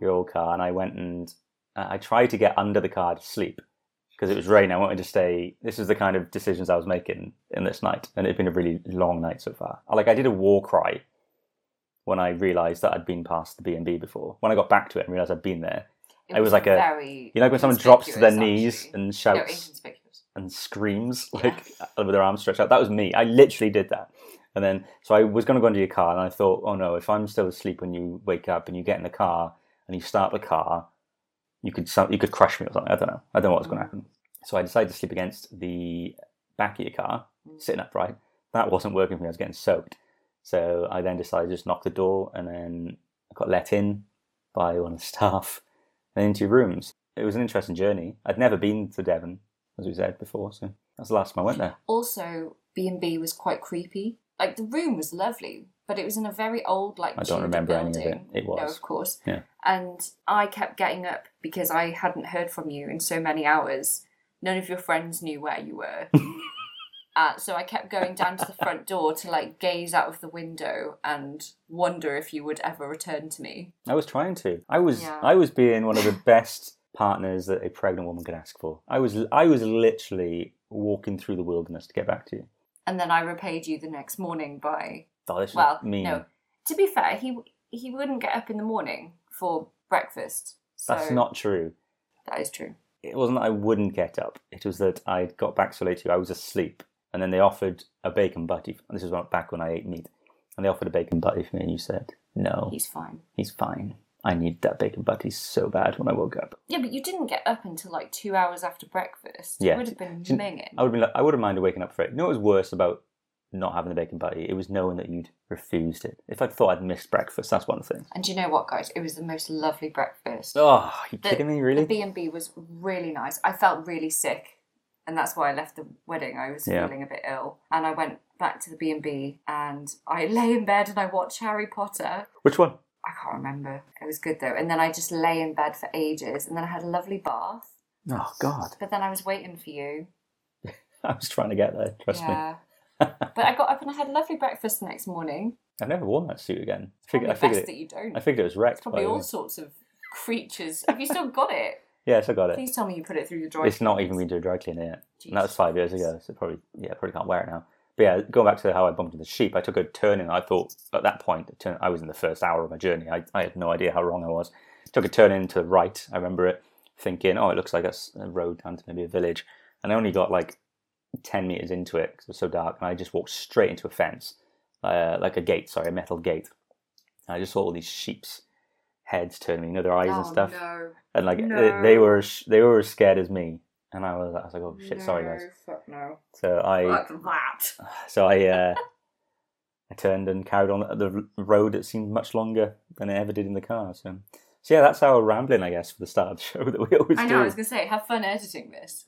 Speaker 1: your old car, and I went and uh, I I tried to get under the car to sleep because it was raining. I wanted to stay. This is the kind of decisions I was making in this night, and it'd been a really long night so far. Like I did a war cry when I realised that I'd been past the B and B before. When I got back to it and realised I'd been there,
Speaker 12: It
Speaker 1: it,
Speaker 12: was
Speaker 1: was like a
Speaker 12: very
Speaker 1: you know like when someone drops to their
Speaker 12: inconspicuous,
Speaker 1: knees and
Speaker 12: No,
Speaker 1: shouts
Speaker 12: inconspicuous.
Speaker 1: and screams [laughs] like uh, with their arms stretched out. That was me. I literally did that. And then so I was going to go into your car, and I thought, oh no, if I'm still asleep when you wake up and you get in the car and you start the car, you could some- you could crush me or something. I don't know. I don't know what was going to happen. So I decided to sleep against the back of your car, sitting upright. That wasn't working for me. I was getting soaked. So I then decided to just knock the door, and then I got let in by one of the [laughs] staff and into your rooms. It was an interesting journey. I'd never been to Devon, as we said before, so that's the last time I went there.
Speaker 2: Also, B and B was quite creepy. Like the room was lovely, but it was in a very old like.
Speaker 1: I don't
Speaker 2: Tudor
Speaker 1: remember any of it.
Speaker 2: building.
Speaker 1: It was.
Speaker 2: No, of course.
Speaker 1: Yeah.
Speaker 2: And I kept getting up because I hadn't heard from you in so many hours. None of your friends knew where
Speaker 1: [laughs]
Speaker 2: you were. uh, so I kept going down to the front door to like gaze out of the window and wonder if you would ever return to me.
Speaker 1: I was trying to. I was
Speaker 2: Yeah.
Speaker 1: I was being one of the best partners that a pregnant woman could ask for. I was I was literally walking through the wilderness to get back to you.
Speaker 2: And then I repaid you the next morning by
Speaker 1: Oh, this is
Speaker 2: well,
Speaker 1: mean.
Speaker 2: no. To be fair, he he wouldn't get up in the morning for breakfast. So
Speaker 1: That's not true.
Speaker 2: That is true.
Speaker 1: It wasn't that I wouldn't get up. It was that I got back so late. to you. I was asleep, and then they offered a bacon butty. This was back when I ate meat, and they offered a bacon butty for me, and you said no.
Speaker 2: He's fine.
Speaker 1: He's fine. I needed that bacon butty so bad when I woke up.
Speaker 2: Yeah, but you didn't get up until like two hours after breakfast.
Speaker 1: Yeah, Oh.
Speaker 2: It would have been
Speaker 1: Do you-
Speaker 2: minging.
Speaker 1: I would have been. Like, I would have minded waking up for it. You know, what was worse about not having the bacon butty. It was knowing that you'd refused it. If I would thought I'd missed breakfast, that's one thing.
Speaker 2: And do you know what, guys? It was the most lovely breakfast.
Speaker 1: Oh, are you kidding me? Really?
Speaker 2: The B and B was really nice. I felt really sick, and that's why I left the wedding. I was
Speaker 1: Yeah.
Speaker 2: feeling a bit ill, and I went back to the B and B, and I [laughs] lay in bed and I watched Harry Potter.
Speaker 1: Which one?
Speaker 2: I can't remember. It was good though. And then I just lay in bed for ages, and then I had a lovely bath.
Speaker 1: Oh God, [laughs]
Speaker 2: But then I was waiting for you.
Speaker 1: I was trying to get there. Trust me.
Speaker 2: yeah. but I got up and I had a lovely breakfast the next morning.
Speaker 1: [laughs] I've never worn that suit again. I
Speaker 2: Probably
Speaker 1: figured. I figured
Speaker 2: best
Speaker 1: it,
Speaker 2: that you don't.
Speaker 1: I figured it was wrecked.
Speaker 2: It's probably
Speaker 1: by the
Speaker 2: all
Speaker 1: way.
Speaker 2: sorts of creatures. Have you still got it?
Speaker 1: [laughs] Yes, I got it.
Speaker 2: Please tell me you put it through the dry.
Speaker 1: it's not even
Speaker 2: cleaners.
Speaker 1: been to a dry cleaner yet. And that was five years ago, so probably yeah, probably can't wear it now. But yeah, going back to how I bumped into the sheep, I took a turn in. I thought at that point, a turn, I was in the first hour of my journey. I, I had no idea how wrong I was. Took a turn in to the right. I remember it thinking, oh, it looks like that's a road down to maybe a village. And I only got like ten meters into it because it was so dark, and I just walked straight into a fence, uh, like a gate, sorry, a metal gate. And I just saw all these sheep's heads turning, you know, their eyes and
Speaker 12: Oh,
Speaker 1: stuff.
Speaker 12: no.
Speaker 1: And like
Speaker 12: No.
Speaker 1: they, they were as- they were as scared as me, and I was I was like, oh shit, sorry guys.
Speaker 2: Fuck no.
Speaker 1: So I
Speaker 2: Fuck that.
Speaker 1: so
Speaker 2: [laughs]
Speaker 1: I uh, I turned and carried on the road that seemed much longer than it ever did in the car. So so yeah, that's our rambling, I guess, for the start of the show [laughs] that we always
Speaker 2: I
Speaker 1: do.
Speaker 2: know. I was gonna say, have fun editing this.